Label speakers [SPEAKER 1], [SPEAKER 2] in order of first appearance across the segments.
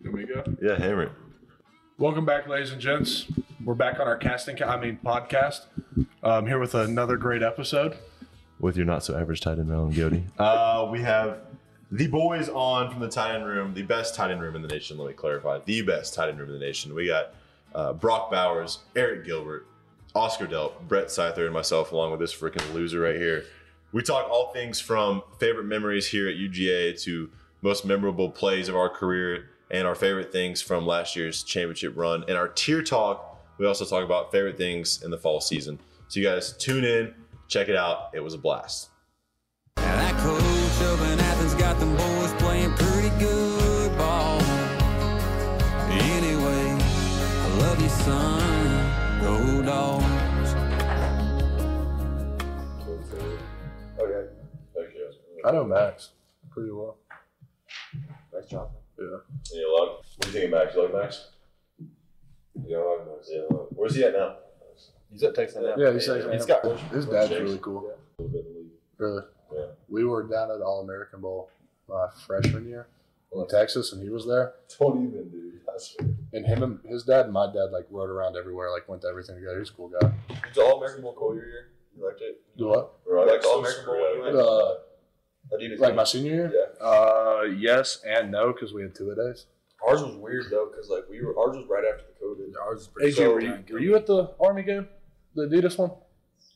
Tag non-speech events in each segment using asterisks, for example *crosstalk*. [SPEAKER 1] There we go.
[SPEAKER 2] Yeah, hammer it.
[SPEAKER 1] Welcome back, ladies and gents. We're back on our casting, ca- I mean, podcast. Um, here with another great episode.
[SPEAKER 2] With your not so average tight end, Melon Goody. *laughs* Uh, we have the boys on from the tight end room, the best tight end room in the nation. Let me clarify the best tight end room in the nation. We got uh, Brock Bowers, Eric Gilbert, Oscar Delp, Brett Scyther, and myself, along with this freaking loser right here. We talk all things from favorite memories here at UGA to most memorable plays of our career and our favorite things from last year's championship run. And our tier talk, we also talk about favorite things in the fall season. So you guys tune in, check it out. It was a blast.
[SPEAKER 3] Now that coach up in Athens got them boys playing pretty good ball. Anyway, I love you, son. Go dogs.
[SPEAKER 2] Okay. Thank you.
[SPEAKER 1] I know Max pretty well.
[SPEAKER 2] Nice job.
[SPEAKER 1] Yeah.
[SPEAKER 2] Any luck? What do you think of Max? You like Max? Yeah, I like Max. Yeah, I like- Where's he at now?
[SPEAKER 4] He's at Texas A&M.
[SPEAKER 5] Yeah, he's like,
[SPEAKER 4] He's got
[SPEAKER 5] his dad's really cool.
[SPEAKER 2] A little bit of league.
[SPEAKER 5] Really.
[SPEAKER 2] Yeah.
[SPEAKER 5] We were down at All American Bowl my freshman year in Texas, and he was there.
[SPEAKER 2] Don't even, dude. I swear.
[SPEAKER 5] And him and his dad and my dad like rode around everywhere, like went to everything together. He's a cool guy.
[SPEAKER 4] He's all American Bowl cool your year. You liked it?
[SPEAKER 5] Do what?
[SPEAKER 2] Right.
[SPEAKER 4] Like All-American
[SPEAKER 2] screwed
[SPEAKER 4] Bowl
[SPEAKER 2] up.
[SPEAKER 4] anyway.
[SPEAKER 5] Uh,
[SPEAKER 4] That dude is
[SPEAKER 5] like my senior year?
[SPEAKER 4] Yeah.
[SPEAKER 5] Uh, yes and no, because we had two a days.
[SPEAKER 4] Ours was weird though, because like we were ours was right after the COVID.
[SPEAKER 6] Ours is pretty
[SPEAKER 5] AJ,
[SPEAKER 4] So-
[SPEAKER 5] were you, were you at the Army game? The Adidas one?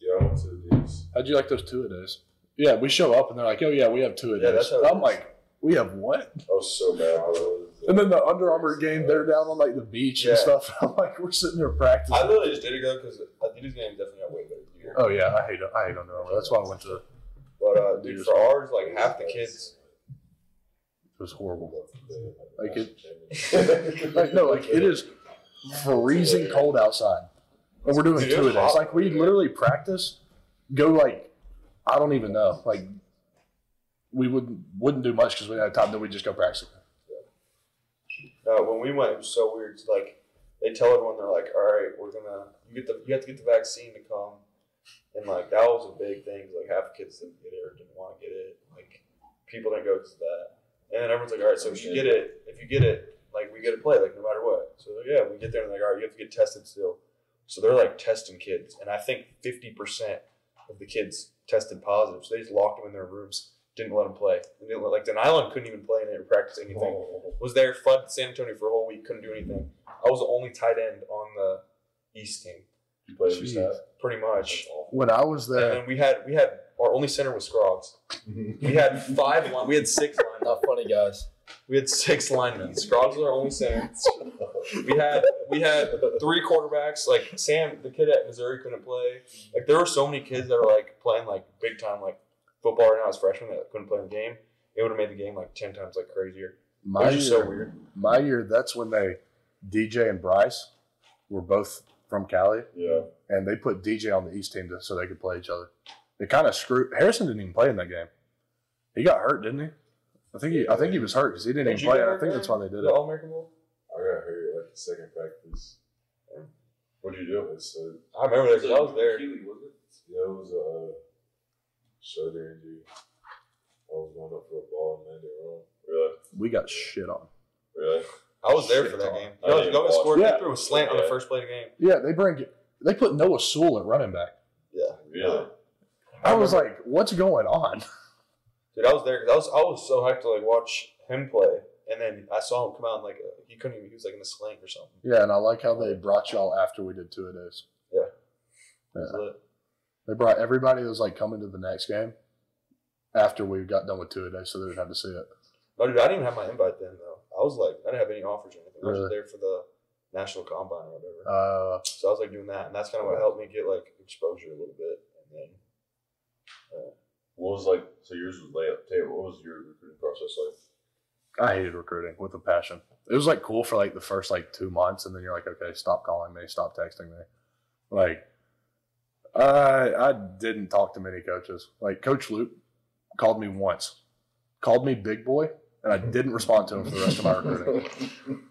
[SPEAKER 2] Yeah, I went to the D's.
[SPEAKER 5] How'd you like those two a days? Yeah, we show up and they're like, oh, yeah, we have two a
[SPEAKER 4] Yeah,
[SPEAKER 5] days.
[SPEAKER 4] that's how it
[SPEAKER 5] I'm
[SPEAKER 4] is.
[SPEAKER 5] like, we have what?
[SPEAKER 2] I was so mad. I was-
[SPEAKER 5] And then the Under Armour game, they're down on like the beach
[SPEAKER 4] Yeah.
[SPEAKER 5] and stuff. *laughs* I'm like, we're sitting there practicing.
[SPEAKER 4] I literally just did it though, because Adidas game definitely got way better than yours.
[SPEAKER 5] Oh yeah, I hate it. I hate Under Armour. That's why I went to. It
[SPEAKER 4] But uh, dude, for ours, like half the kids.
[SPEAKER 5] was horrible. Like it.
[SPEAKER 4] *laughs*
[SPEAKER 5] Like no, like it is freezing cold outside, and we're doing
[SPEAKER 4] Dude,
[SPEAKER 5] two
[SPEAKER 4] it's
[SPEAKER 5] of those.
[SPEAKER 4] hot.
[SPEAKER 5] Like we literally practice, go like, I don't even know. Like we wouldn't wouldn't do much because we had time. Then we just go practice.
[SPEAKER 4] No, Uh, when we went, it was so weird. It's Like they tell everyone, they're like, "All right, we're gonna you get the you have to get the vaccine to come," and like that was a big thing. Like half the kids didn't get it or didn't want to get it. Like people didn't go to that, and then everyone's like, "All right, so if you get it, if you get it, like we get to play, like no matter what." So they're like, yeah, we get there and they're like, "All right, you have to get tested still." So they're like testing kids, and I think fifty percent of the kids tested positive. So they just locked them in their rooms, didn't let them play. They didn't let- like Den Island couldn't even play in it or practice anything was there, fled to San Antonio for a whole week, couldn't do anything. I was the only tight end on the East team,
[SPEAKER 2] You played with
[SPEAKER 5] Jeez.
[SPEAKER 2] that?
[SPEAKER 4] pretty much.
[SPEAKER 5] uh, When I was
[SPEAKER 4] And
[SPEAKER 5] there,
[SPEAKER 4] then we had we had our only center was Scroggs. We had *laughs* five line, we had six line,
[SPEAKER 6] Not funny, guys.
[SPEAKER 4] we had six linemen. Scroggs was our only center. We had we had three quarterbacks. Like Sam, the kid at Missouri couldn't play. Like there were so many kids that were like playing like big time like football right now as freshmen that couldn't play in the game. It would have made the game like ten times like crazier. It
[SPEAKER 5] my
[SPEAKER 4] was just so
[SPEAKER 5] year,
[SPEAKER 4] weird.
[SPEAKER 5] my year, that's when they, DJ and Bryce, were both from Cali.
[SPEAKER 2] Yeah.
[SPEAKER 5] and they put DJ on the East team to, so they could play each other. They kind of screwed. Harrison didn't even play in that game. He got hurt, didn't he? I think he. I think he was hurt because he didn't
[SPEAKER 4] Did
[SPEAKER 5] even
[SPEAKER 4] you
[SPEAKER 5] play.
[SPEAKER 4] get
[SPEAKER 5] I
[SPEAKER 4] hurt,
[SPEAKER 5] think that's why they did
[SPEAKER 4] The
[SPEAKER 5] it.
[SPEAKER 4] All American Bowl.
[SPEAKER 2] I got hurt like the second practice. What do you do? It's uh,
[SPEAKER 4] I remember that 'cause I was there.
[SPEAKER 2] yeah, it was a uh, shoulder injury. I was going up for a ball and landed wrong. Really?
[SPEAKER 5] We got shit on.
[SPEAKER 2] Really?
[SPEAKER 4] I was there for
[SPEAKER 2] Shit
[SPEAKER 4] that
[SPEAKER 2] talk.
[SPEAKER 4] game.
[SPEAKER 2] I
[SPEAKER 4] That was,
[SPEAKER 2] didn't
[SPEAKER 4] that was
[SPEAKER 2] watch
[SPEAKER 4] scored.
[SPEAKER 5] it.
[SPEAKER 4] They threw a slant on the
[SPEAKER 2] Yeah.
[SPEAKER 4] first play of the game.
[SPEAKER 5] Yeah, they bring. They put Noah Sewell at running back.
[SPEAKER 2] Really?
[SPEAKER 5] I was like, what's going on? *laughs*
[SPEAKER 4] Dude, I was there 'cause I was I was so hyped to like watch him play, and then I saw him come out and like uh, he couldn't even. He was like in a sling or something.
[SPEAKER 5] Yeah, and I like how they brought y'all after we did two of those.
[SPEAKER 4] It was lit.
[SPEAKER 5] They brought everybody that was like coming to the next game after we got done with two a day, so they would have to see it.
[SPEAKER 4] No, dude, I didn't even have my invite then though. I was like, I didn't have any offers or anything. I was
[SPEAKER 5] Really?
[SPEAKER 4] just there for the national combine or whatever.
[SPEAKER 5] Uh,
[SPEAKER 4] so I was like doing that, and that's kind of what helped me get like exposure a little bit. And then
[SPEAKER 2] What was like? So yours was layup tape. What was your recruiting process like?
[SPEAKER 5] I hated recruiting with a passion. It was like cool for like the first like two months, and then you're like, okay, stop calling me, stop texting me. Like, I I didn't talk to many coaches. Like Coach Luke called me once, called me big boy, and I didn't respond to him for the rest of my recruiting.
[SPEAKER 2] *laughs*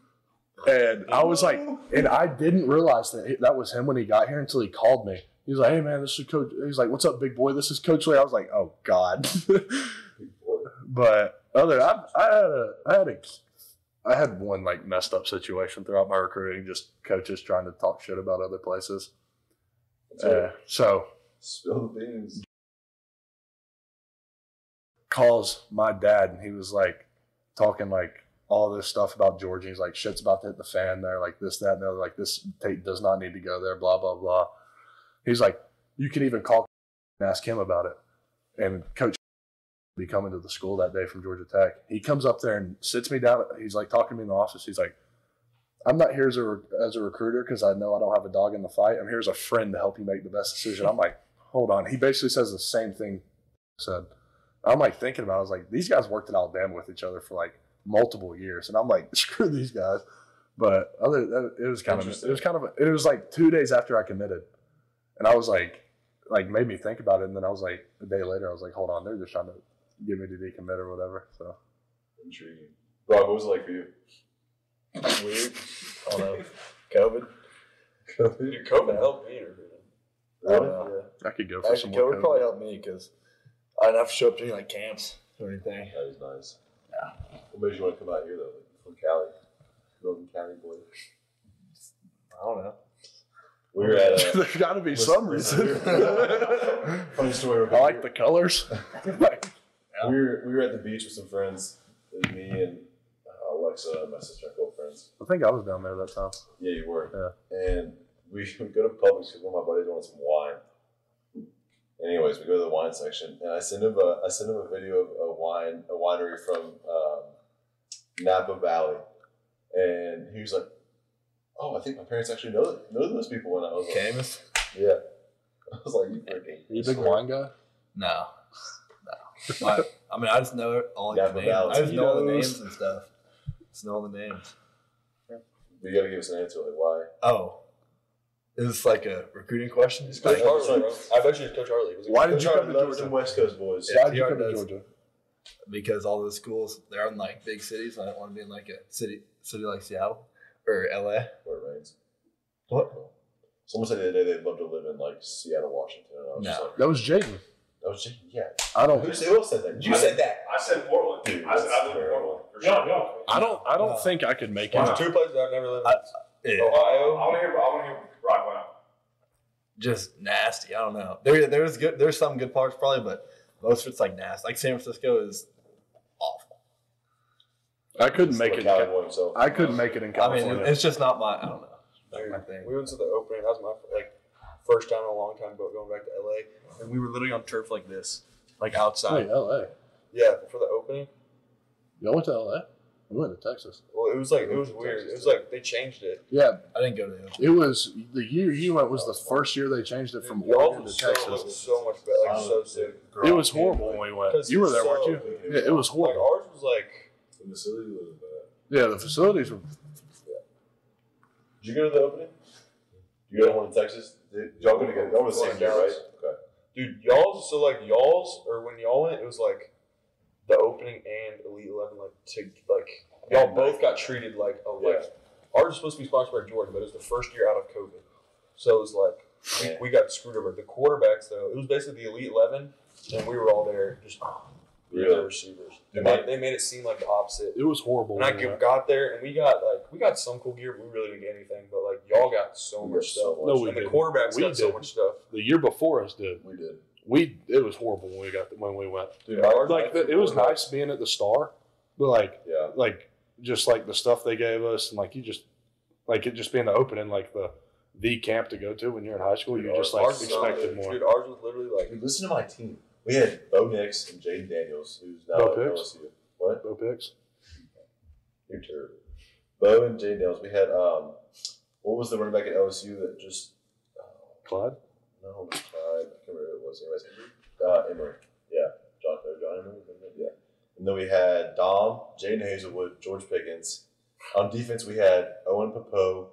[SPEAKER 5] And I was like, and I didn't realize that he- that was him when he got here until he called me. He was like, hey man, this is Coach. He's like, what's up, big boy? This is Coach Lee. I was like, oh god.
[SPEAKER 2] Big boy.
[SPEAKER 5] *laughs* But other, I, I had a, I had a, I had one like messed up situation throughout my recruiting. Just coaches trying to talk shit about other places. Uh, so
[SPEAKER 4] Spill the beans.
[SPEAKER 5] calls my dad and he was like talking like all this stuff about Georgia. He's like, shit's about to hit the fan there, like this, that, and the other. Like, this Tate does not need to go there, blah, blah, blah. He's like, you can even call and ask him about it. And Coach *laughs* be coming to the school that day from Georgia Tech. He comes up there and sits me down. He's like talking to me in the office. He's like, I'm not here as a, as a recruiter because I know I don't have a dog in the fight. I'm here as a friend to help you make the best decision. I'm like, hold on. He basically says the same thing I said. I'm like thinking about it. I was like, these guys worked in Alabama with each other for like multiple years. And I'm like, *laughs* screw these guys. But other that, it was kind of it was kind of it was like two days after I committed. And I was like like made me think about it. And then I was like a day later, I was like, hold on, they're just trying to get me to decommit or whatever. So
[SPEAKER 7] Intriguing. Rob, what was it like
[SPEAKER 5] *laughs*
[SPEAKER 7] for you?
[SPEAKER 4] *laughs*
[SPEAKER 8] Weird. I don't know. COVID.
[SPEAKER 4] Dude, COVID helped me. or-
[SPEAKER 8] I don't know.
[SPEAKER 5] I could go for some
[SPEAKER 8] Actually,
[SPEAKER 5] more.
[SPEAKER 8] COVID
[SPEAKER 5] COVID.
[SPEAKER 8] probably helped me because I didn't have to show up to any like camps or anything.
[SPEAKER 7] That was nice. Yeah. What made you want to come out here though? Like, from Cali, Golden County boy.
[SPEAKER 8] I don't know.
[SPEAKER 7] We were at a
[SPEAKER 5] *laughs* There's got to be some reason. *laughs*
[SPEAKER 7] *laughs* funny story.
[SPEAKER 5] I like the colors. *laughs* like,
[SPEAKER 7] We were we were at the beach with some friends. It was me and uh, Alexa and my sister, and old friends.
[SPEAKER 5] I think I was down there that time.
[SPEAKER 7] Yeah, you were. And we *laughs* we go to Publix because one of my buddies wants some wine. Anyways, we go to the wine section, and I send him a I send him a video of a wine a winery from um, Napa Valley, and he was like, "Oh, I think my parents actually know know those people." And I was like,
[SPEAKER 8] Camus?
[SPEAKER 7] "Yeah." *laughs* I was like, "You freaking
[SPEAKER 5] You a big wine guy?
[SPEAKER 8] No. No. I, I mean, I just know all the
[SPEAKER 7] Yeah, but
[SPEAKER 8] names. I just know all the
[SPEAKER 7] Valentinos.
[SPEAKER 8] names and stuff. Just know all the names.
[SPEAKER 7] You gotta give us an answer, like why?"
[SPEAKER 8] Oh. Is this like a recruiting question?
[SPEAKER 4] It's Coach Harley, bro. I bet you it's Coach Harley. It was a-
[SPEAKER 5] Why did you
[SPEAKER 7] Charlie
[SPEAKER 5] come to
[SPEAKER 7] loves
[SPEAKER 5] Georgia?
[SPEAKER 7] them West Coast boys.
[SPEAKER 5] Why did you
[SPEAKER 8] NPR
[SPEAKER 5] come to
[SPEAKER 8] does.
[SPEAKER 5] Georgia?
[SPEAKER 8] because all those schools they're in like big cities. I don't want to be in like a city city like Seattle or LA.
[SPEAKER 7] where it rains. What? Someone said the other day they'd love to live in like Seattle, Washington. And I was just
[SPEAKER 8] No.
[SPEAKER 7] like,
[SPEAKER 5] That was Jaden.
[SPEAKER 7] that was just, yeah.
[SPEAKER 5] I don't
[SPEAKER 7] Who said, who else said that?
[SPEAKER 8] You said that.
[SPEAKER 2] I said Portland.
[SPEAKER 7] Dude,
[SPEAKER 2] I said
[SPEAKER 7] that's
[SPEAKER 2] I live in
[SPEAKER 7] terrible.
[SPEAKER 2] Portland. For sure.
[SPEAKER 5] I don't. I don't
[SPEAKER 8] Uh,
[SPEAKER 5] think I could make
[SPEAKER 4] There's
[SPEAKER 5] it.
[SPEAKER 4] two places I've never lived in.
[SPEAKER 8] I- Yeah,
[SPEAKER 2] I
[SPEAKER 4] Ohio.
[SPEAKER 2] want to hear. I want to hear Rock one out.
[SPEAKER 8] just nasty. I don't know. There there's good there's some good parts probably, but most of it's like nasty. Like San Francisco is awful.
[SPEAKER 5] I couldn't make it.
[SPEAKER 7] Like
[SPEAKER 5] in Ca-
[SPEAKER 7] Cowboy himself.
[SPEAKER 5] I couldn't make it in
[SPEAKER 8] I mean,
[SPEAKER 5] California.
[SPEAKER 8] it's just not my. I don't know. Not
[SPEAKER 4] Dude,
[SPEAKER 8] my thing.
[SPEAKER 4] We went to the opening. That was my like first time in a long time go- going back to LA, and we were literally on turf like this, like outside.
[SPEAKER 5] Hey, L.A.
[SPEAKER 4] Yeah, for the opening.
[SPEAKER 5] Y'all went to L.A. We went to Texas.
[SPEAKER 4] Well, it was like it was weird. It was like they changed it.
[SPEAKER 5] Yeah,
[SPEAKER 8] I didn't go to the.
[SPEAKER 5] it was the year you went was the first year they changed it from
[SPEAKER 4] Y'all
[SPEAKER 5] Oregon
[SPEAKER 4] was
[SPEAKER 5] to
[SPEAKER 4] so, looked
[SPEAKER 5] Texas.
[SPEAKER 4] so much better, like so
[SPEAKER 7] Solid,
[SPEAKER 4] sick.
[SPEAKER 7] dude. Girl,
[SPEAKER 5] It was
[SPEAKER 7] dude,
[SPEAKER 5] horrible
[SPEAKER 7] like,
[SPEAKER 5] when we went.
[SPEAKER 4] 'Cause
[SPEAKER 5] You were there,
[SPEAKER 4] so-
[SPEAKER 5] weren't you? Yeah, it was
[SPEAKER 4] Like
[SPEAKER 5] horrible.
[SPEAKER 4] ours was like
[SPEAKER 7] The facility was bad.
[SPEAKER 5] Yeah, the facilities were.
[SPEAKER 7] Did you go to the opening? You go to one in Texas? Did, y'all go together? Y'all were the
[SPEAKER 4] One
[SPEAKER 7] same
[SPEAKER 4] in
[SPEAKER 7] year, right?
[SPEAKER 4] Dallas.
[SPEAKER 7] Okay.
[SPEAKER 4] Dude, y'all's so like y'all's or when y'all went, it was like the opening and Elite Eleven like to like y'all both got treated like a like ours was supposed to be sponsored by Jordan, but it was the first year out of COVID, so it was like
[SPEAKER 7] Yeah.
[SPEAKER 4] we, we got screwed over. The quarterbacks though, it was basically the Elite Eleven, and we were all there just
[SPEAKER 7] Really?
[SPEAKER 4] the receivers.
[SPEAKER 7] Dude,
[SPEAKER 4] And,
[SPEAKER 7] my-
[SPEAKER 4] like, they made it seem like the opposite.
[SPEAKER 5] It was horrible.
[SPEAKER 4] And I
[SPEAKER 5] when we
[SPEAKER 4] g-
[SPEAKER 5] went.
[SPEAKER 4] got there, and we got like we got some cool gear. But we really didn't get anything, but like y'all got so
[SPEAKER 7] We
[SPEAKER 4] much
[SPEAKER 7] got so
[SPEAKER 4] stuff.
[SPEAKER 7] much.
[SPEAKER 5] No, we
[SPEAKER 4] and the
[SPEAKER 5] didn't.
[SPEAKER 4] quarterbacks
[SPEAKER 5] We
[SPEAKER 4] got so
[SPEAKER 5] didn't.
[SPEAKER 4] much stuff.
[SPEAKER 5] the year before us did.
[SPEAKER 7] We did.
[SPEAKER 5] We it was horrible when we got when we went.
[SPEAKER 7] Dude,
[SPEAKER 4] ours-
[SPEAKER 5] Like the, it was nice being at the Star, but like
[SPEAKER 7] Yeah.
[SPEAKER 5] like just like the stuff they gave us and like you just like it just being the opening like the the camp to go to when you're in high school you
[SPEAKER 7] Dude,
[SPEAKER 5] just like
[SPEAKER 4] ours was
[SPEAKER 7] not-
[SPEAKER 5] expected
[SPEAKER 4] solid.
[SPEAKER 5] more
[SPEAKER 4] Dude, ours was literally like
[SPEAKER 7] Dude, listen to my team. We had Bo Nix and Jaden Daniels, who's now
[SPEAKER 5] Bo
[SPEAKER 7] at
[SPEAKER 5] Nix?
[SPEAKER 7] LSU. What?
[SPEAKER 5] Bo picks
[SPEAKER 7] You're terrible. Bo and Jay Dales. We had um, what was the running back at LSU that just uh,
[SPEAKER 5] Clyde
[SPEAKER 7] no, uh, I can't remember who it was. Anyways, uh, Emory. Yeah, John, or John Emory. wasn't it? Yeah. And then we had Dom, Jaden Hazelwood, George Pickens. On defense, we had Owen Popo,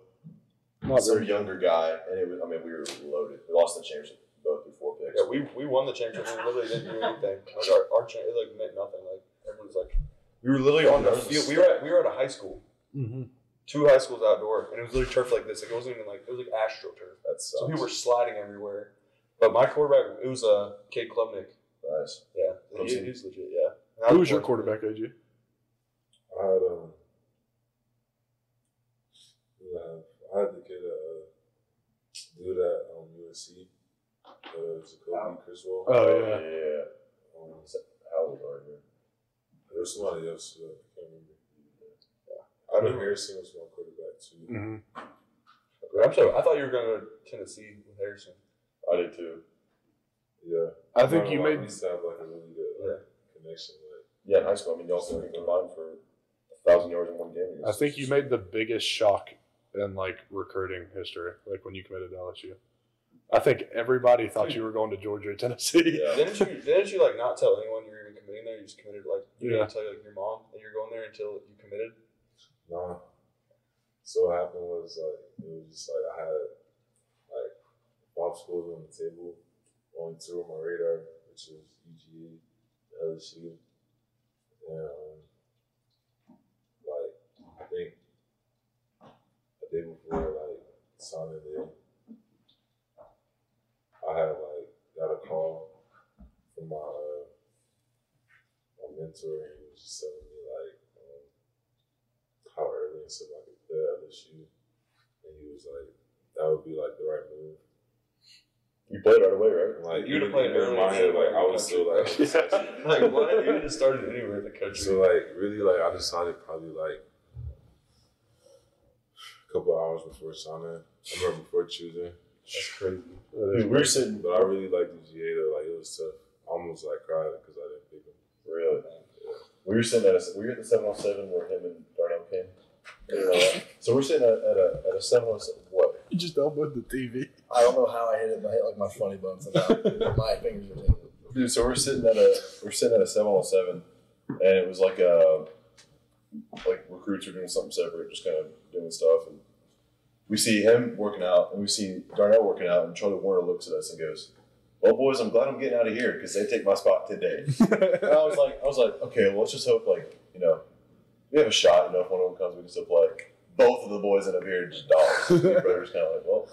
[SPEAKER 5] not
[SPEAKER 7] some
[SPEAKER 5] very
[SPEAKER 7] younger guy, and it was. I mean, we were loaded. We lost the championship both through four picks.
[SPEAKER 4] Yeah, we, we won the championship. We literally didn't do anything. Like our, our cha- it like meant nothing. Like everyone's like, we were literally on the field. We were at, we were at a high school,
[SPEAKER 5] mm-hmm.
[SPEAKER 4] two high schools outdoor, and it was literally turf like this. Like it wasn't even like it was like astroturf.
[SPEAKER 7] That's
[SPEAKER 4] So we were sliding everywhere. But my quarterback, it was uh, Cade Klubnik.
[SPEAKER 7] nice.
[SPEAKER 4] Yeah, he,
[SPEAKER 7] Clemson.
[SPEAKER 4] he's legit. Yeah, That
[SPEAKER 9] Who was your
[SPEAKER 4] one-
[SPEAKER 9] quarterback, AJ?
[SPEAKER 7] I had um, yeah, I had to get a dude at um, USC, uh, Jacoby Criswell.
[SPEAKER 9] Oh,
[SPEAKER 7] Um,
[SPEAKER 9] yeah.
[SPEAKER 7] how old are you? There was somebody else. Uh, I can't remember. I knew Harrison was my quarterback too.
[SPEAKER 9] Mm-hmm.
[SPEAKER 4] I'm sorry. I thought you were going to go to Tennessee with Harrison.
[SPEAKER 7] I did too. Yeah.
[SPEAKER 9] Mm. I think
[SPEAKER 7] don't
[SPEAKER 9] you
[SPEAKER 7] know why
[SPEAKER 9] made
[SPEAKER 7] we sound like a really good like, connection. Like,
[SPEAKER 2] Yeah, in high school. I mean, y'all still can combine for a thousand yards in one game.
[SPEAKER 9] I think you made the biggest shock in like recruiting history, like when you committed to LSU. I think everybody thought you were going to Georgia or
[SPEAKER 4] *laughs*
[SPEAKER 9] Tennessee. *laughs*
[SPEAKER 4] Didn't you? Didn't you like not tell anyone you were even committing there? You just committed like you
[SPEAKER 9] Yeah.
[SPEAKER 4] didn't tell like your mom that you're going there until you committed.
[SPEAKER 7] Nah. So what happened was like it was just like I had like popsicles on the table, only two on my radar, which E was UGA, LSU, and um, like I think the day before like signing day, I had like got a call from my uh, my mentor and he was just telling me like. Um, how early and stuff I could play at LSU. And he was like, that would be like the right move.
[SPEAKER 2] you played right away, right?
[SPEAKER 7] And like,
[SPEAKER 4] You would've
[SPEAKER 7] even-
[SPEAKER 4] played
[SPEAKER 7] even
[SPEAKER 4] early
[SPEAKER 7] in my
[SPEAKER 4] and
[SPEAKER 7] head,
[SPEAKER 4] said,
[SPEAKER 7] like, I
[SPEAKER 4] "Why don't
[SPEAKER 7] was still like,
[SPEAKER 4] you Like what? You just started anywhere in the country.
[SPEAKER 7] *laughs* so like, really, like, I decided probably like a couple hours before signing, I remember before choosing.
[SPEAKER 2] That's crazy.
[SPEAKER 9] That is
[SPEAKER 2] Dude, we were sitting.
[SPEAKER 7] But I really liked UGA though, like, it was tough. I almost like cried because I didn't pick him.
[SPEAKER 2] Really? We were sitting at a, we were at the 707 where him and Darnell came. You know that. *laughs* So we're sitting at, at a at a 707. What?
[SPEAKER 9] You just elbowed the TV.
[SPEAKER 8] I don't know how I hit it, but I hit like my funny bone somehow. my fingers were tingling.
[SPEAKER 2] Dude, so we're sitting at a we're sitting at a 707, and it was like a like recruits were doing something separate, just kind of doing stuff, and we see him working out, and we see Darnell working out, and Charlie Warner looks at us and goes. Well, boys, I'm glad I'm getting out of here because they take my spot today. And I was like, I was like, okay, well, let's just hope, like, you know, we have a shot. You know, if one of them comes, we can still play. Both of the boys end up here just dogs. Your brother's kind of like, well,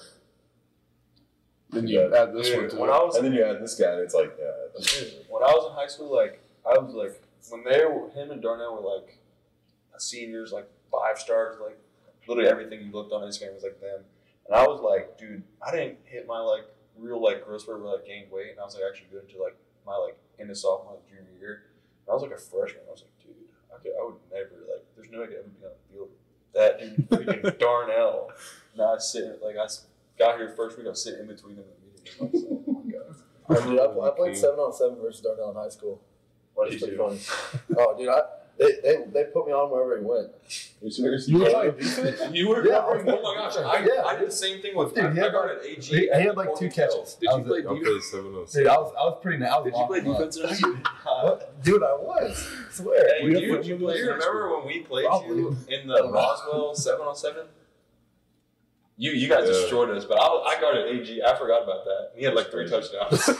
[SPEAKER 9] Then you add this one
[SPEAKER 4] Dude,
[SPEAKER 9] to
[SPEAKER 4] when
[SPEAKER 9] it.
[SPEAKER 4] I was
[SPEAKER 2] and then you add this guy, and it's like, yeah,
[SPEAKER 4] Dude, when I was in high school, like I was like when they were him and Darnell were like seniors, like five stars, like literally everything you looked on Instagram was like them. And I was like, dude, I didn't hit my like real like growth spurt where I like, gained weight, and I was like actually good until like my like end of sophomore like, junior year. And I was like a freshman. I was like, dude, I, could, I would never like. There's no way I could ever be on the field. with That dude, freaking Darnell. Now I sit like I s- got here first week. I was sitting in between them. in the meeting, and I was like, oh my god.
[SPEAKER 8] Dude, I, pl- I played seven on seven versus Darnell in high school.
[SPEAKER 4] What
[SPEAKER 8] It
[SPEAKER 4] did
[SPEAKER 8] was
[SPEAKER 4] you do?
[SPEAKER 8] pretty fun. Oh, dude, I, they, they they put me on wherever he went.
[SPEAKER 9] you were playing defense?
[SPEAKER 4] You were
[SPEAKER 8] Yeah,
[SPEAKER 4] covering.
[SPEAKER 8] I
[SPEAKER 4] Oh
[SPEAKER 8] was-
[SPEAKER 4] my gosh, I,
[SPEAKER 8] yeah.
[SPEAKER 4] I did the same thing with.
[SPEAKER 8] Dude,
[SPEAKER 4] I,
[SPEAKER 8] he
[SPEAKER 4] I
[SPEAKER 8] had
[SPEAKER 4] guarded AG. at Cornell. Did
[SPEAKER 8] I
[SPEAKER 4] you
[SPEAKER 8] was-
[SPEAKER 4] play
[SPEAKER 7] I
[SPEAKER 4] defense?
[SPEAKER 7] played 7
[SPEAKER 4] *laughs*
[SPEAKER 7] on *laughs*
[SPEAKER 8] Dude, I was I was pretty. na- I was
[SPEAKER 4] Did you play
[SPEAKER 8] locked up.
[SPEAKER 4] defense? in high school?
[SPEAKER 8] *laughs* What? Dude, I was. I swear.
[SPEAKER 4] Hey,
[SPEAKER 9] We
[SPEAKER 4] do
[SPEAKER 9] have
[SPEAKER 4] you,
[SPEAKER 9] to-
[SPEAKER 4] do you remember when we played you in the
[SPEAKER 8] Probably.
[SPEAKER 4] Roswell seven on seven? You you guys
[SPEAKER 7] Yeah.
[SPEAKER 4] destroyed us, but I, I guarded AG. I forgot about that. He had like three touchdowns.
[SPEAKER 8] *laughs*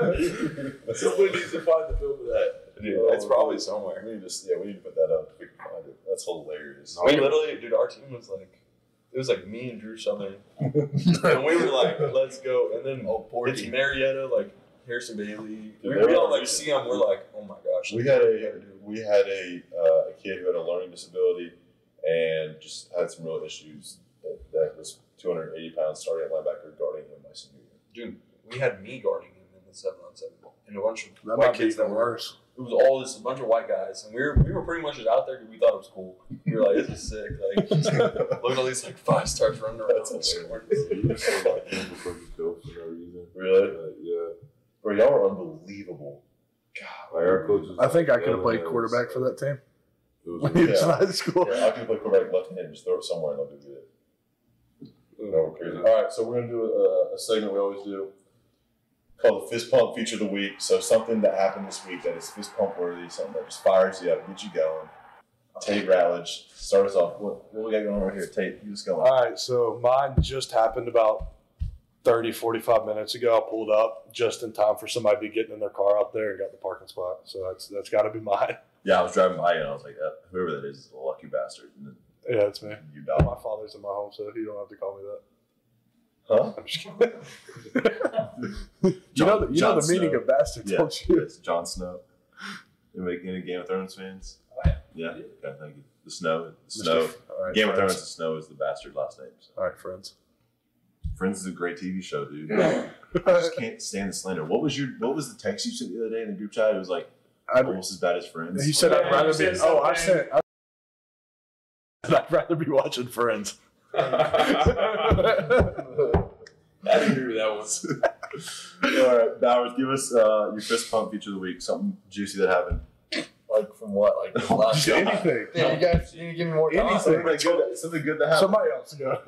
[SPEAKER 2] somebody needs to
[SPEAKER 4] *laughs*
[SPEAKER 2] find the film of that.
[SPEAKER 4] Dude, it's probably somewhere.
[SPEAKER 2] oh, We need to, yeah, we need to put that up. if We can find it. That's hilarious.
[SPEAKER 4] We literally, dude, our team was like, it was like me and
[SPEAKER 2] *laughs*
[SPEAKER 4] Drew Southern, and we were like, let's go. And then
[SPEAKER 8] Oh, poor
[SPEAKER 4] it's Marietta, like Harrison Bailey.
[SPEAKER 2] Dude, they
[SPEAKER 4] we, we
[SPEAKER 2] were
[SPEAKER 4] all like
[SPEAKER 2] amazing.
[SPEAKER 4] see him. We're like, oh my gosh. *laughs*
[SPEAKER 2] We had a we had a uh, a kid who had a learning disability and just had some real issues. That, that was 280 pounds starting linebacker guarding him my senior year.
[SPEAKER 4] dude, we had me guarding him in the seven on seven, and a bunch of
[SPEAKER 9] That
[SPEAKER 4] white
[SPEAKER 9] might be
[SPEAKER 4] kids
[SPEAKER 9] even
[SPEAKER 4] that were.
[SPEAKER 9] worse.
[SPEAKER 4] It was all this a bunch of white guys, and we were we were pretty much just out there because we thought it was cool. We were like, this is sick.
[SPEAKER 2] *laughs*
[SPEAKER 4] Like, *laughs* look at all these like five stars running around.
[SPEAKER 2] That's hilarious.
[SPEAKER 4] *laughs* scoring.
[SPEAKER 7] You just feel *laughs* like him before you go for no reason.
[SPEAKER 2] Really,
[SPEAKER 7] Like, yeah.
[SPEAKER 2] bro, y'all were unbelievable.
[SPEAKER 7] Like, our coach was
[SPEAKER 9] I think I
[SPEAKER 7] like,
[SPEAKER 9] could have played
[SPEAKER 7] yelling at us.
[SPEAKER 9] quarterback for that team
[SPEAKER 7] It
[SPEAKER 9] *laughs*
[SPEAKER 7] was
[SPEAKER 9] when he was in
[SPEAKER 2] Yeah.
[SPEAKER 9] high school.
[SPEAKER 2] Yeah, I could play quarterback left handed, just throw it somewhere and they'll do it. No, we're crazy. All right, so we're gonna do a, a segment we always do called the fist pump feature of the week. So something that happened this week that is fist pump worthy, something that just fires you up, gets you going. Tate Rallage, start us off. What, what we got going on right here, Tate? You just going?
[SPEAKER 9] All right, so mine just happened about 30, 45 minutes ago. I pulled up just in time for somebody to be getting in their car out there and got the parking spot. So that's that's got to be mine. *laughs*
[SPEAKER 2] Yeah, I was driving by you and I was like, uh, whoever that is is a lucky bastard. And then
[SPEAKER 9] Yeah, it's me.
[SPEAKER 2] you
[SPEAKER 9] Oh,
[SPEAKER 2] died.
[SPEAKER 9] My father's in my home, so you don't have to call me that.
[SPEAKER 2] Huh?
[SPEAKER 9] I'm just kidding. you know, the, you know
[SPEAKER 2] Jon
[SPEAKER 9] the meaning
[SPEAKER 2] Snow.
[SPEAKER 9] of bastard,
[SPEAKER 2] Yeah,
[SPEAKER 9] don't you?
[SPEAKER 2] it's Jon Snow. Anybody any Game of Thrones fans?
[SPEAKER 7] I am.
[SPEAKER 2] Oh, Yeah. Okay, thank you. The snow. The
[SPEAKER 9] Mr.
[SPEAKER 2] snow.
[SPEAKER 9] F- all right,
[SPEAKER 2] Game of
[SPEAKER 9] friends.
[SPEAKER 2] Thrones. The snow is the bastard last name. So.
[SPEAKER 9] All right, friends. *laughs*
[SPEAKER 2] Friends is a great TV show, dude. I just can't stand the slander. What was your What was the text you sent the other day in the group chat? It was like
[SPEAKER 9] I,
[SPEAKER 2] almost as bad as Friends.
[SPEAKER 9] you said
[SPEAKER 10] Yeah,
[SPEAKER 9] I'd rather
[SPEAKER 10] you
[SPEAKER 9] be.
[SPEAKER 10] said
[SPEAKER 9] Oh, I
[SPEAKER 10] something.
[SPEAKER 9] said. I, *laughs* I'd rather be watching
[SPEAKER 2] *laughs*
[SPEAKER 9] Friends. *laughs*
[SPEAKER 7] I agree with that one.
[SPEAKER 2] *laughs* All right, Bowers, give us uh, your fist pump feature of the week. Something juicy that happened.
[SPEAKER 8] Like from what?
[SPEAKER 2] *laughs*
[SPEAKER 8] Like the last.
[SPEAKER 9] Anything.
[SPEAKER 8] Yeah, you guys, you need to give me more. time.
[SPEAKER 9] Anything.
[SPEAKER 2] Something good. Something good that happened.
[SPEAKER 9] Somebody else *laughs* go.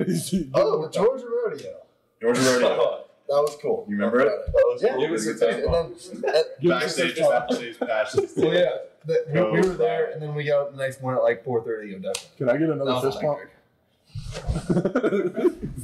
[SPEAKER 8] Oh, the Georgia rodeo.
[SPEAKER 2] Georgia rodeo.
[SPEAKER 8] That was cool.
[SPEAKER 2] You remember it?
[SPEAKER 8] *laughs* That was
[SPEAKER 2] Yeah.
[SPEAKER 8] cool.
[SPEAKER 2] Give us your
[SPEAKER 8] And then- and-
[SPEAKER 9] Give us a
[SPEAKER 2] Backstage,
[SPEAKER 9] fist bump. *laughs*
[SPEAKER 2] backstage, passions.
[SPEAKER 8] well, yeah, the- we, we were there, and then we got up the next morning at like four thirty to go duck.
[SPEAKER 9] Can I get
[SPEAKER 8] That
[SPEAKER 9] another
[SPEAKER 8] was
[SPEAKER 9] fist pump?
[SPEAKER 8] electric.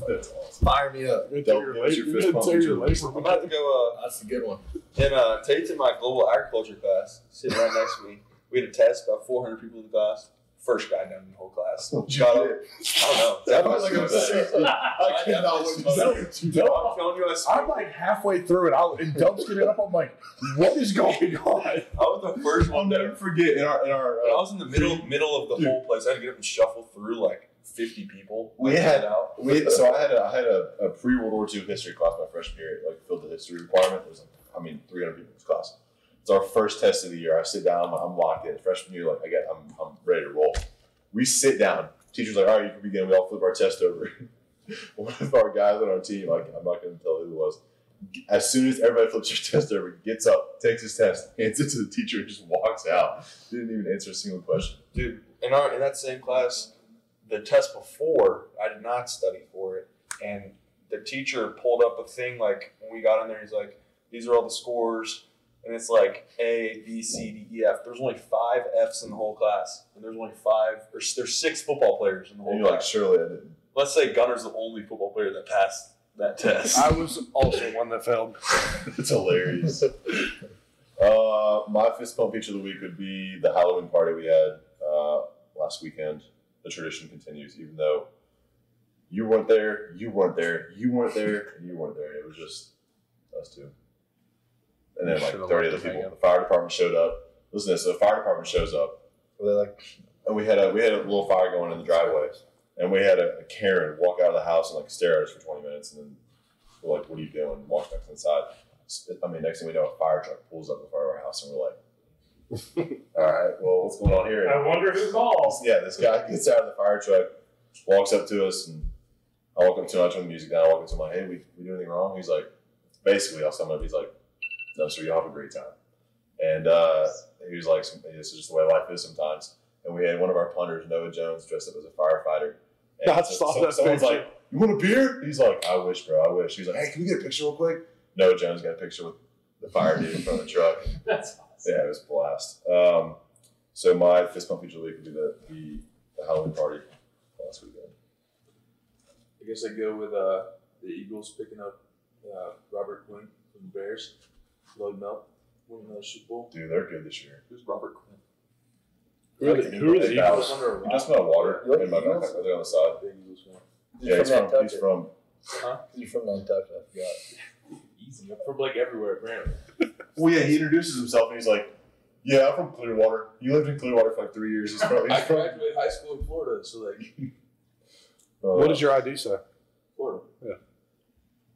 [SPEAKER 2] That's awesome.
[SPEAKER 8] Fire me up.
[SPEAKER 2] Don't give us your fist pump.
[SPEAKER 9] Tear your
[SPEAKER 2] Julie.
[SPEAKER 9] labor.
[SPEAKER 2] *laughs*
[SPEAKER 4] I'm about to go. Uh,
[SPEAKER 8] That's a good one.
[SPEAKER 4] And uh, Tate's in my global agriculture class, sitting right next to me. We had a test, about 400 people in the class. First guy down in the whole class. Got up. I don't know.
[SPEAKER 2] Oh, That was like a sick.
[SPEAKER 7] *laughs*
[SPEAKER 2] I cannot wait to see it.
[SPEAKER 4] I'm telling you, I, swear,
[SPEAKER 9] I'm like halfway through it, I'll, and Dump's getting up. I'm like, what is going on?
[SPEAKER 4] I was the first
[SPEAKER 2] I'll
[SPEAKER 4] one
[SPEAKER 2] never
[SPEAKER 4] there.
[SPEAKER 2] forget in our in our.
[SPEAKER 4] I
[SPEAKER 2] Uh,
[SPEAKER 4] was in the middle middle of the
[SPEAKER 2] Dude.
[SPEAKER 4] whole place. I had to get up and shuffle through like 50 people.
[SPEAKER 2] We
[SPEAKER 4] Like,
[SPEAKER 2] had-
[SPEAKER 4] get out.
[SPEAKER 2] we, so I had a, I had a, a pre World War II history class my freshman year. Like filled the history requirement. There's like I mean 300 people in this class. It's our first test of the year. I sit down. I'm, I'm locked in. Freshman year, like I got, I'm, I'm ready to roll. We sit down. Teacher's like, all right, you can begin. We all flip our test over. *laughs* One of our guys on our team, like I'm not going to tell who it was. As soon as everybody flips your *laughs* test over, gets up, takes his test, hands it to the teacher, and just walks out. Didn't even answer a single question.
[SPEAKER 4] Dude, in, our, in that same class, the test before, I did not study for it. And the teacher pulled up a thing like when we got in there, he's like, these are all the scores. And it's like A, B, C, D, E, F. There's only five Fs in the whole class. And there's only five, or s- there's six football players in the
[SPEAKER 2] And
[SPEAKER 4] whole
[SPEAKER 2] you're like,
[SPEAKER 4] class.
[SPEAKER 2] surely I didn't.
[SPEAKER 4] Let's say Gunner's the only football player that passed that test. *laughs*
[SPEAKER 9] I was also one that failed.
[SPEAKER 2] It's hilarious. uh, my fist pump feature of the week would be the Halloween party we had uh, last weekend. The tradition continues, even though you weren't there, you weren't there, you weren't there, and you weren't there. It was just us two. And then
[SPEAKER 9] You
[SPEAKER 2] like
[SPEAKER 9] should've
[SPEAKER 2] 30
[SPEAKER 9] left
[SPEAKER 2] other
[SPEAKER 9] it
[SPEAKER 2] people.
[SPEAKER 9] hanging.
[SPEAKER 2] The fire department showed up. Listen to this. So the fire department shows up.
[SPEAKER 8] Were they like,
[SPEAKER 2] And we had a we had a little fire going in the driveway, and we had a, a Karen walk out of the house and like stare at us for twenty minutes, and then we're like, "What are you doing?" And walk back inside. I mean, next thing we know, a fire truck pulls up in front of our house, and we're like, "All right, well, what's going on here?"
[SPEAKER 10] I wonder who calls.
[SPEAKER 2] Yeah, this guy gets out of the fire truck, walks up to us, and I walk up to him, I turn the music down, I walk up to him, like, hey, we, we do anything wrong? He's like, basically, I'll sum up, he's like, no, sir, y'all have a great time. And uh, he was like, this is just the way life is sometimes. And we had one of our punters, Noah Jones, dressed up as a firefighter. And
[SPEAKER 9] I saw that
[SPEAKER 2] someone's
[SPEAKER 9] picture.
[SPEAKER 2] like, you want a beer? He's like, I wish, bro, I wish. He's like, hey, can we get a picture real quick? Noah Jones got a picture with the fire dude in front of the truck.
[SPEAKER 10] That's awesome.
[SPEAKER 2] Yeah, it was a blast. Um, so my fist pump feature league would be the, the, the Halloween party last weekend.
[SPEAKER 7] I guess I'd go with uh, the Eagles picking up uh, Robert Quinn from the Bears. Load him up, win another Super Bowl.
[SPEAKER 2] Dude, they're good this year.
[SPEAKER 4] Who's Robert Quinn?
[SPEAKER 9] Who are the, who are the
[SPEAKER 2] Yeah.
[SPEAKER 9] Eagles?
[SPEAKER 7] I was under a
[SPEAKER 2] You
[SPEAKER 7] rock.
[SPEAKER 2] just smell water
[SPEAKER 8] You like
[SPEAKER 2] in my
[SPEAKER 8] the
[SPEAKER 2] backpack.
[SPEAKER 8] Eagles?
[SPEAKER 2] They're on the side.
[SPEAKER 7] Big Eagles fan.
[SPEAKER 2] Yeah, he's from, he's
[SPEAKER 8] Nantucket.
[SPEAKER 2] from
[SPEAKER 8] You're from Nantucket. I forgot.
[SPEAKER 7] Easy. I'm from like everywhere, apparently.
[SPEAKER 2] Well, Oh, yeah, he introduces himself and he's like, "Yeah, I'm from Clearwater. He lived in Clearwater for like three years. He's probably
[SPEAKER 7] I
[SPEAKER 2] he's
[SPEAKER 4] *laughs*
[SPEAKER 2] from, uh,
[SPEAKER 7] graduated high school in Florida, so like
[SPEAKER 9] What
[SPEAKER 2] uh,
[SPEAKER 9] does your ID say?
[SPEAKER 7] Florida.
[SPEAKER 9] Yeah.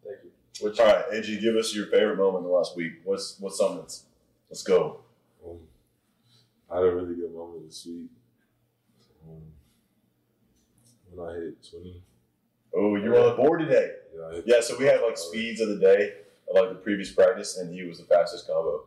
[SPEAKER 7] Thank you.
[SPEAKER 2] All right, Edgy, give us your favorite moment in the last week. What's what's something? That's, let's go.
[SPEAKER 7] Um,
[SPEAKER 2] I had a really good moment this week.
[SPEAKER 7] um, when I hit 20,
[SPEAKER 2] Oh, you're on the board today.
[SPEAKER 7] yeah, I hit
[SPEAKER 2] Yeah, so we had like speeds of the day of like the previous practice, and he was the fastest combo,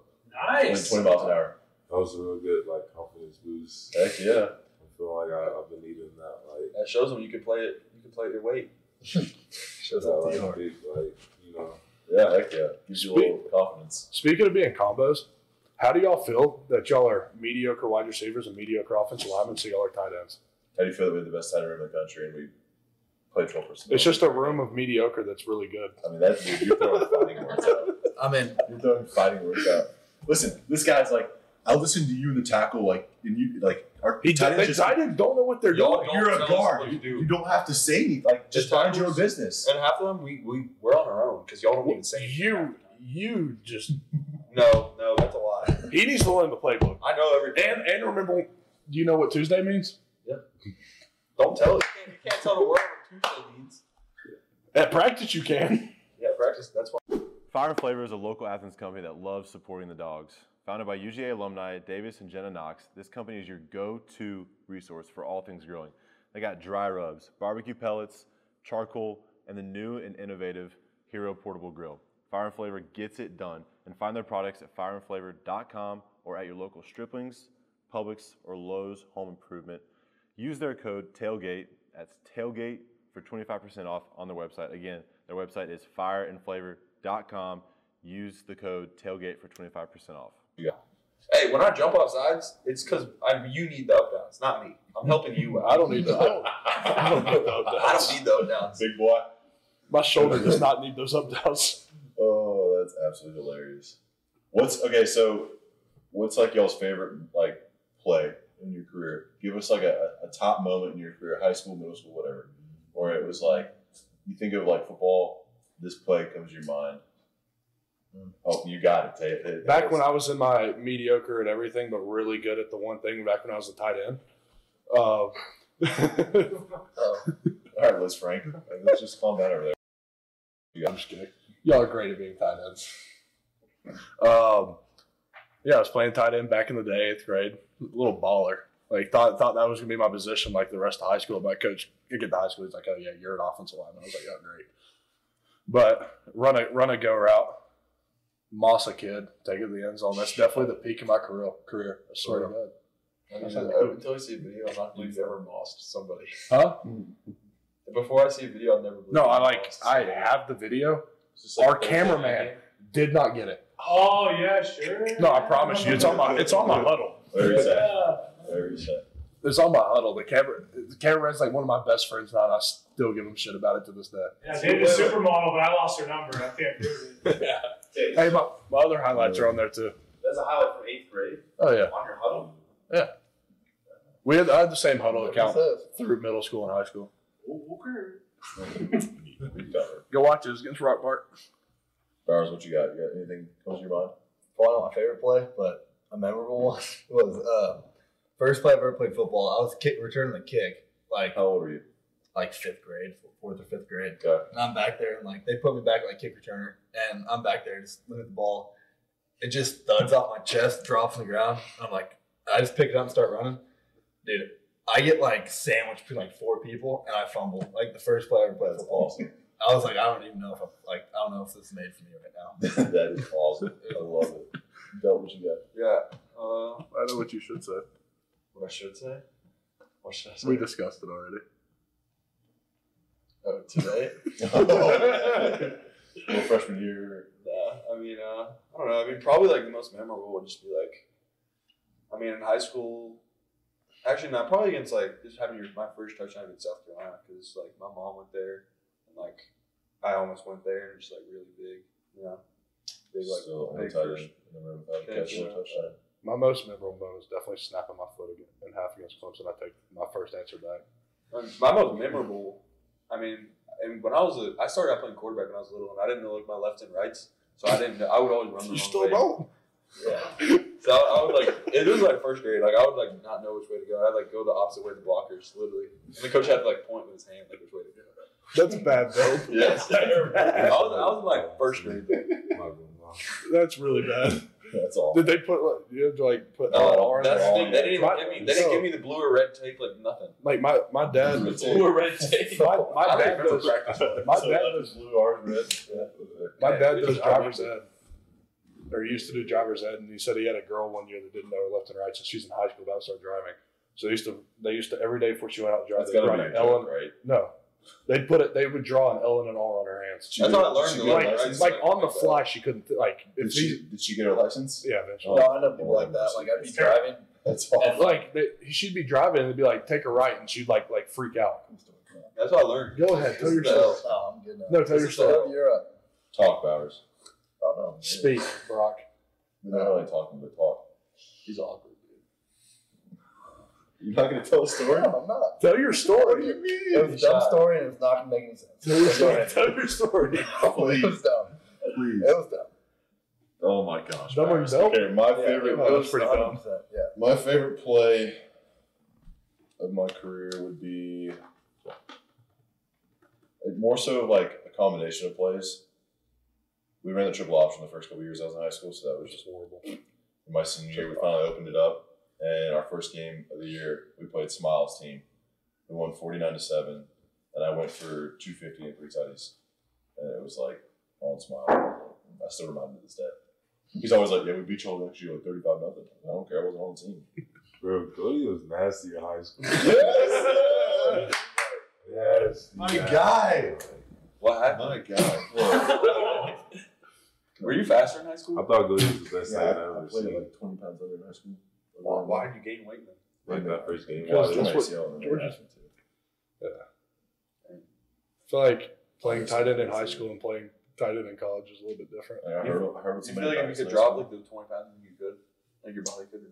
[SPEAKER 2] like
[SPEAKER 10] Nice.
[SPEAKER 2] 20 miles an hour.
[SPEAKER 7] That was a real good like confidence boost.
[SPEAKER 2] Heck yeah.
[SPEAKER 7] I feel like I, I've been needing that like
[SPEAKER 4] That shows them you can play it. You can play it your weight.
[SPEAKER 8] Shows
[SPEAKER 7] that
[SPEAKER 8] up to
[SPEAKER 7] like
[SPEAKER 8] your
[SPEAKER 7] big like you know
[SPEAKER 2] Yeah, heck yeah. Gives you a little confidence.
[SPEAKER 9] Speaking of being combos, how do y'all feel that y'all are mediocre wide receivers and mediocre offensive linemen, so y'all are tight ends?
[SPEAKER 2] How do you feel that we have the best tight end room in the country and we play 12 percent?
[SPEAKER 9] It's just a room of mediocre that's really good.
[SPEAKER 2] I mean, that's you're throwing fighting words out.
[SPEAKER 8] I'm in.
[SPEAKER 2] You're throwing fighting words out. Listen, this guy's like, I listen to you in the tackle, like, and you like our
[SPEAKER 9] He
[SPEAKER 2] tight
[SPEAKER 9] tight
[SPEAKER 2] ends
[SPEAKER 9] ends
[SPEAKER 2] just-
[SPEAKER 9] don't know what they're
[SPEAKER 4] Y'all
[SPEAKER 9] doing.
[SPEAKER 4] don't
[SPEAKER 2] You're
[SPEAKER 4] tell
[SPEAKER 2] a
[SPEAKER 4] us
[SPEAKER 2] guard.
[SPEAKER 4] what you do.
[SPEAKER 2] You don't have to say anything. Like, just
[SPEAKER 4] The
[SPEAKER 2] mind your own
[SPEAKER 4] tackles-
[SPEAKER 2] business.
[SPEAKER 4] And half of them, we, we, we're on our own because y'all don't even say anything.
[SPEAKER 9] You you just
[SPEAKER 4] No, no, that's a lie.
[SPEAKER 5] He needs to learn the playbook.
[SPEAKER 4] I know everything.
[SPEAKER 5] And and remember, do you know what Tuesday means?
[SPEAKER 4] Don't tell us.
[SPEAKER 8] You can't tell the world what Tuesday means.
[SPEAKER 5] At practice, you can.
[SPEAKER 4] Yeah, practice. That's why.
[SPEAKER 11] *laughs* Fire and Flavor is a local Athens company that loves supporting the dogs. Founded by UGA alumni Davis and Jenna Knox, this company is your go to resource for all things grilling. They got dry rubs, barbecue pellets, charcoal, and the new and innovative Hero Portable Grill. Fire and Flavor gets it done and find their products at fireandflavor.com or at your local Striplings, Publix, or Lowe's Home Improvement. Use their code TAILGATE, that's TAILGATE, for 25% off on their website. Again, their website is fireandflavor.com. Use the code TAILGATE for 25% off.
[SPEAKER 4] Hey, when I jump off sides, it's because you need the up downs, not me. I'm helping you out.
[SPEAKER 5] I
[SPEAKER 4] *laughs*
[SPEAKER 5] don't need that. I don't need the up
[SPEAKER 4] I don't
[SPEAKER 5] downs.
[SPEAKER 4] need the up downs.
[SPEAKER 2] Big boy.
[SPEAKER 5] My shoulder does not need those up downs.
[SPEAKER 2] Oh, that's absolutely hilarious. What's okay? So, what's like y'all's favorite like play in your career? Give us like a, a top moment in your career, high school, middle school, whatever, where it was like you think of like football. This play comes to your mind. Oh, you got it. Tate. It-
[SPEAKER 5] Back when
[SPEAKER 2] it's-
[SPEAKER 5] I was in my mediocre at everything, but really good at the one thing. Back when I was a tight end, uh,
[SPEAKER 2] all right, Liz Frank, like, let's just calm down over there.
[SPEAKER 5] I'm just kidding. Y'all are great at being tight ends. Um, yeah, I was playing tight end back in the day, eighth grade. Little baller. Like thought thought that was gonna be my position. Like the rest of high school, my coach you get to high school, he's like, "Oh yeah, you're an offensive lineman." I was like, "Oh great." But run a run a go route, moss a kid, take it to the end zone. That's definitely the peak of my career. Career, I swear to God.
[SPEAKER 4] Until I see a video, I'm not believe you ever mossed somebody. *laughs*
[SPEAKER 5] Huh?
[SPEAKER 2] Mm-hmm.
[SPEAKER 4] Before I see a video, I'll never believe
[SPEAKER 5] No,
[SPEAKER 4] you
[SPEAKER 5] I
[SPEAKER 4] ever
[SPEAKER 5] like
[SPEAKER 4] mossed
[SPEAKER 5] I
[SPEAKER 4] somebody.
[SPEAKER 5] have the video.
[SPEAKER 2] It's just like-
[SPEAKER 5] Our cameraman did not get it.
[SPEAKER 10] Oh yeah, sure.
[SPEAKER 5] No, I promise you, it's on my it's on my huddle.
[SPEAKER 2] Larry
[SPEAKER 7] *laughs*
[SPEAKER 2] Sack.
[SPEAKER 10] Yeah.
[SPEAKER 2] Larry Sack.
[SPEAKER 5] It's on my huddle. The camera, the cameraman's like one of my best friends now, and I still give him shit about it to this day.
[SPEAKER 10] Yeah, Dave was supermodel, but I lost her number. I can't prove it.
[SPEAKER 5] Hey, my, my other highlights are on there too.
[SPEAKER 7] That's a highlight from eighth grade
[SPEAKER 5] Oh yeah,
[SPEAKER 7] on your huddle.
[SPEAKER 5] we had, I had the same huddle account through middle school and high school. Go watch it. It was against Rock Park.
[SPEAKER 2] Bowers, what you got? You got anything comes to your mind?
[SPEAKER 8] Probably not my favorite play, but a memorable *laughs* one was uh, first play I ever played football. I was kick, returning the kick, like
[SPEAKER 2] How old were you?
[SPEAKER 8] like fifth grade, fourth or fifth grade.
[SPEAKER 2] Okay.
[SPEAKER 8] And I'm back there and like they put me back like kick returner and I'm back there just looking at the ball. It just thuds off my chest, drops on the ground. I'm like, I just pick it up and start running. Dude, I get like sandwiched between like four people and I fumble. Like the first play I ever played
[SPEAKER 2] That's
[SPEAKER 8] football.
[SPEAKER 2] awesome.
[SPEAKER 8] I was like, I don't even know if I'm like I don't know if this is made for me right
[SPEAKER 2] *laughs*
[SPEAKER 8] now.
[SPEAKER 2] that is awesome. I love it. Belt, what you got?
[SPEAKER 4] Yeah. Uh,
[SPEAKER 5] I know what you should say.
[SPEAKER 4] what I should say? What should I say?
[SPEAKER 5] We discussed it already.
[SPEAKER 4] oh, today? Oh.
[SPEAKER 2] Well, freshman year.
[SPEAKER 4] Nah, I mean, uh, I don't know. I mean, probably like the most memorable would just be like, I mean, in high school, actually, not probably against like just having your, my first touchdown against South Carolina because like my mom went there and like I almost went there and just like really big, you know, big like
[SPEAKER 2] still
[SPEAKER 4] big
[SPEAKER 2] untied
[SPEAKER 4] first-
[SPEAKER 2] in the room without
[SPEAKER 4] Yeah,
[SPEAKER 2] catching a
[SPEAKER 4] yeah.
[SPEAKER 2] touchdown.
[SPEAKER 5] My most memorable moment is definitely snapping my foot again in half against Clemson. I take my first answer back.
[SPEAKER 4] Um, My most memorable, I mean, and when I was a, I started out playing quarterback when I was little, and I didn't know like my lefts and rights, so I didn't. know- I would always run. The wrong way. Yeah. So I, I would like it was like first grade. Like I would like not know which way to go. I'd like go the opposite way of the blockers, literally. And the coach had to like point with his hand like which way to go.
[SPEAKER 5] That's bad though.
[SPEAKER 4] Yes. *laughs* I was I was in, like first
[SPEAKER 2] *laughs*
[SPEAKER 4] grade.
[SPEAKER 5] That's really bad.
[SPEAKER 2] That's all.
[SPEAKER 5] Did they put like you had to like put uh,
[SPEAKER 4] No,
[SPEAKER 5] an orange
[SPEAKER 4] Uh, that's the
[SPEAKER 5] on
[SPEAKER 4] thing. They didn't even
[SPEAKER 5] My-
[SPEAKER 4] give me. They didn't
[SPEAKER 5] no.
[SPEAKER 4] give me the blue or red tape. Like nothing.
[SPEAKER 5] like my my dad
[SPEAKER 2] Blue
[SPEAKER 5] or red tape. My, my
[SPEAKER 4] I
[SPEAKER 5] dad
[SPEAKER 4] remember
[SPEAKER 5] does
[SPEAKER 4] practice.
[SPEAKER 5] my
[SPEAKER 2] So
[SPEAKER 5] dad
[SPEAKER 2] left
[SPEAKER 7] uh,
[SPEAKER 5] does
[SPEAKER 2] is blue, orange, red. Yeah.
[SPEAKER 5] my dad
[SPEAKER 4] we
[SPEAKER 5] does
[SPEAKER 4] just-
[SPEAKER 5] driver's ed. Or used to do driver's ed, and he said he had a girl one year that didn't know her left and right, so she's in high school about to start driving. So they used to they used to every day before she went out to drive,
[SPEAKER 2] That's
[SPEAKER 5] they
[SPEAKER 2] gotta
[SPEAKER 5] draw
[SPEAKER 2] be
[SPEAKER 5] an
[SPEAKER 2] a
[SPEAKER 5] L and
[SPEAKER 2] joke, right?
[SPEAKER 5] no, they'd put it they would draw an L and an R on her hands.
[SPEAKER 2] She
[SPEAKER 4] That's
[SPEAKER 2] did-
[SPEAKER 4] how I learned
[SPEAKER 2] she
[SPEAKER 4] to
[SPEAKER 2] get
[SPEAKER 4] learn,
[SPEAKER 2] a
[SPEAKER 5] Like
[SPEAKER 4] right?
[SPEAKER 2] license?
[SPEAKER 5] like on the fly, she couldn't th- like if
[SPEAKER 2] Did
[SPEAKER 5] these
[SPEAKER 2] she, did she get her license?
[SPEAKER 5] yeah eventually.
[SPEAKER 8] No, I end up being like that. Like I'd be driving.
[SPEAKER 2] That's awful.
[SPEAKER 5] Like they, she'd be driving and it'd be like take a right, and she'd like like freak out.
[SPEAKER 4] That's what I learned.
[SPEAKER 5] Go ahead, tell
[SPEAKER 4] This
[SPEAKER 5] your
[SPEAKER 4] is the-
[SPEAKER 5] story.
[SPEAKER 8] Oh, I'm good now.
[SPEAKER 5] No, tell your story.
[SPEAKER 8] You're up.
[SPEAKER 2] Talk, Bowers.
[SPEAKER 8] Oh no.
[SPEAKER 5] Speak, Brock.
[SPEAKER 2] We're not really talking, but talk.
[SPEAKER 4] He's awkward.
[SPEAKER 2] You're not going to tell a
[SPEAKER 4] *laughs*
[SPEAKER 2] story?
[SPEAKER 8] No, I'm not.
[SPEAKER 5] Tell your story.
[SPEAKER 8] It was a dumb story and it's not gonna *laughs* make any sense.
[SPEAKER 5] Tell your story. Tell your story.
[SPEAKER 8] It was dumb. It was dumb.
[SPEAKER 11] Oh my gosh.
[SPEAKER 5] Dumb or
[SPEAKER 11] Barris.
[SPEAKER 5] dumb?
[SPEAKER 2] Okay, my favorite
[SPEAKER 5] well, that's
[SPEAKER 2] was
[SPEAKER 5] pretty
[SPEAKER 2] the-
[SPEAKER 5] dumb.
[SPEAKER 8] Yeah.
[SPEAKER 2] My favorite play of my career would be it more so like a combination of plays. We ran the triple option the first couple years I was in high school, so that was just horrible. My senior year, we finally opened it up, and our first game of the year, we played Smiles team. We won forty nine to seven, and I went for two fifty and three tutties, and it was like on Smile. I still remind me to this day. He's always like, "Yeah, we beat y'all next year, like thirty-five nothing." I don't care. I wasn't on the team.
[SPEAKER 7] Bro, Cody was nasty in high school.
[SPEAKER 4] *laughs*
[SPEAKER 2] Yes,
[SPEAKER 7] Yes.
[SPEAKER 2] my guy,
[SPEAKER 4] What happened?
[SPEAKER 2] my guy. *laughs*
[SPEAKER 4] Were you faster in high
[SPEAKER 7] I
[SPEAKER 4] school?
[SPEAKER 7] thought Cody was the best
[SPEAKER 2] Yeah,
[SPEAKER 7] guy I've
[SPEAKER 2] I, I
[SPEAKER 7] ever
[SPEAKER 2] played
[SPEAKER 7] seen.
[SPEAKER 2] like twenty pounds under in high school.
[SPEAKER 4] Why, why did you gain weight then?
[SPEAKER 7] Like that first game.
[SPEAKER 2] Yeah, I was
[SPEAKER 5] That's
[SPEAKER 2] doing
[SPEAKER 5] what-
[SPEAKER 2] ACL and
[SPEAKER 5] Georgia's-
[SPEAKER 2] everything, too.
[SPEAKER 5] I feel like playing tight end in high school and playing tight end in college is a little bit different.
[SPEAKER 2] Like, I heard, I heard
[SPEAKER 4] Do
[SPEAKER 2] somebody
[SPEAKER 4] you feel like
[SPEAKER 2] back
[SPEAKER 4] if you could
[SPEAKER 2] in
[SPEAKER 4] drop
[SPEAKER 2] high
[SPEAKER 4] like the 20 pounds, you could? Like your body could or not?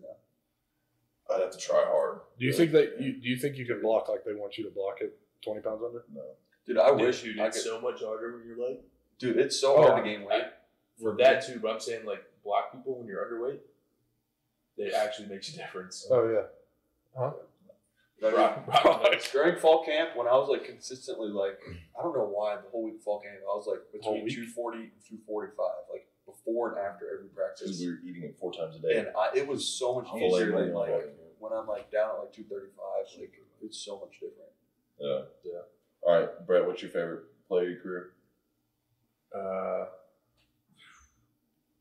[SPEAKER 2] school, I'd have to try hard.
[SPEAKER 5] Do you think that you do you think you can block like they want you to block it twenty pounds under?
[SPEAKER 2] No.
[SPEAKER 4] Dude, I wish you I could.
[SPEAKER 12] it's so much harder when you're like
[SPEAKER 4] dude, it's so
[SPEAKER 5] Oh,
[SPEAKER 4] hard to gain weight.
[SPEAKER 12] for that too. But I'm saying like black people when you're underweight, it actually makes a difference.
[SPEAKER 5] Oh *laughs* yeah.
[SPEAKER 4] Like,
[SPEAKER 12] Rock-
[SPEAKER 4] During fall camp, when I was like consistently like, I don't know why the whole week of fall camp, I was like between
[SPEAKER 5] Whole week?
[SPEAKER 4] 240 and 245, like before and after every
[SPEAKER 2] Because
[SPEAKER 4] practice.
[SPEAKER 2] we were eating it four times a day.
[SPEAKER 4] And I, it was so much
[SPEAKER 2] Filet
[SPEAKER 4] easier than
[SPEAKER 2] mignon
[SPEAKER 4] like
[SPEAKER 2] fucking-
[SPEAKER 4] when I'm like down at like 235, like it's so much different.
[SPEAKER 2] yeah. yeah. All right, Brett. What's your favorite play of your career?
[SPEAKER 12] Uh,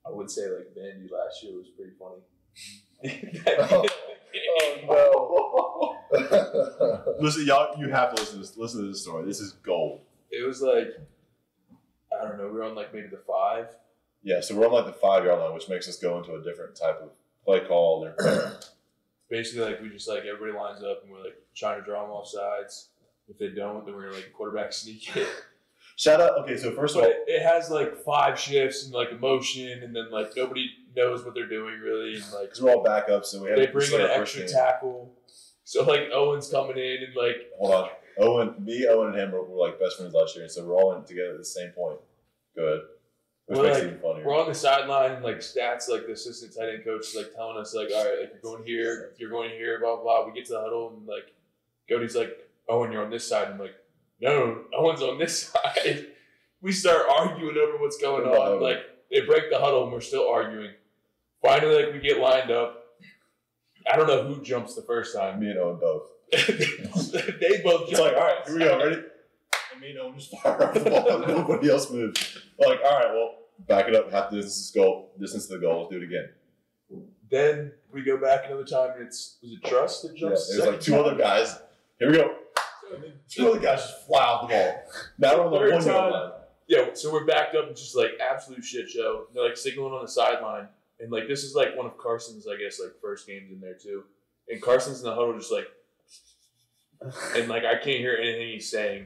[SPEAKER 12] I would say like Vandy last year was pretty
[SPEAKER 2] *laughs*
[SPEAKER 12] funny.
[SPEAKER 2] Oh no.
[SPEAKER 11] Listen, y'all, you have to listen to this. Listen to this story. This is gold.
[SPEAKER 12] It was like I don't know. We were on like maybe the five.
[SPEAKER 2] yeah. So we're on like the five yard line, which makes us go into a different type of play call.
[SPEAKER 11] *clears throat*
[SPEAKER 2] Different
[SPEAKER 12] Basically, like we just like everybody lines up and we're like trying to draw them off sides. If they don't, then we're gonna like quarterback sneak it. *laughs*
[SPEAKER 11] Shout out. Okay, so first of
[SPEAKER 12] But
[SPEAKER 11] all,
[SPEAKER 12] it, it has like five shifts and like emotion, and then like nobody knows what they're doing really. And like
[SPEAKER 2] because we're all backups, so we have
[SPEAKER 12] they
[SPEAKER 2] to
[SPEAKER 12] bring in
[SPEAKER 2] start
[SPEAKER 12] an
[SPEAKER 2] our first
[SPEAKER 12] extra
[SPEAKER 2] game.
[SPEAKER 12] tackle. So like Owen's coming in and like
[SPEAKER 2] Hold on. Owen, me, Owen, and him were, were like best friends last year, and so we're all in together at the same point. Good. Which
[SPEAKER 12] We're
[SPEAKER 2] makes
[SPEAKER 12] like-
[SPEAKER 2] it even funnier.
[SPEAKER 12] We're on the sideline, and like stats, like the assistant tight end coach is like telling us, like, all right, like you're going here, you're going here, blah blah. blah. We get to the huddle, and like, Cody's like, Owen, you're on this side. I'm like, no, Owen's on this *laughs* side. We start arguing over what's going on. Like they break the huddle, and we're still arguing. Finally, like we get lined up. I don't know who jumps the first time.
[SPEAKER 2] me and Owen
[SPEAKER 12] *laughs*
[SPEAKER 2] both.
[SPEAKER 12] they both
[SPEAKER 2] It's
[SPEAKER 12] jump.
[SPEAKER 2] like, all right, here we go, ready? And *laughs* me and Owen just fire *laughs* off the ball, and nobody else moves. We're like, all right, well, back it up, half the distance is goal, distance to the goal, let's do it again.
[SPEAKER 12] Then we go back another time, and it's was it Trust that
[SPEAKER 2] Yeah,
[SPEAKER 12] jumps? *laughs*
[SPEAKER 2] there's
[SPEAKER 12] second
[SPEAKER 2] like two other guys. Here we go.
[SPEAKER 12] time?
[SPEAKER 2] Two other guys just fly off the ball. Now we're on the
[SPEAKER 12] Third
[SPEAKER 2] one yard
[SPEAKER 12] time.
[SPEAKER 2] line.
[SPEAKER 12] Yeah, so we're backed up and just like absolute shit show. They're like signaling on the sideline. And like this is like one of Carson's, I guess, like first games in there too. And Carson's in the huddle just like and like I can't hear anything he's saying.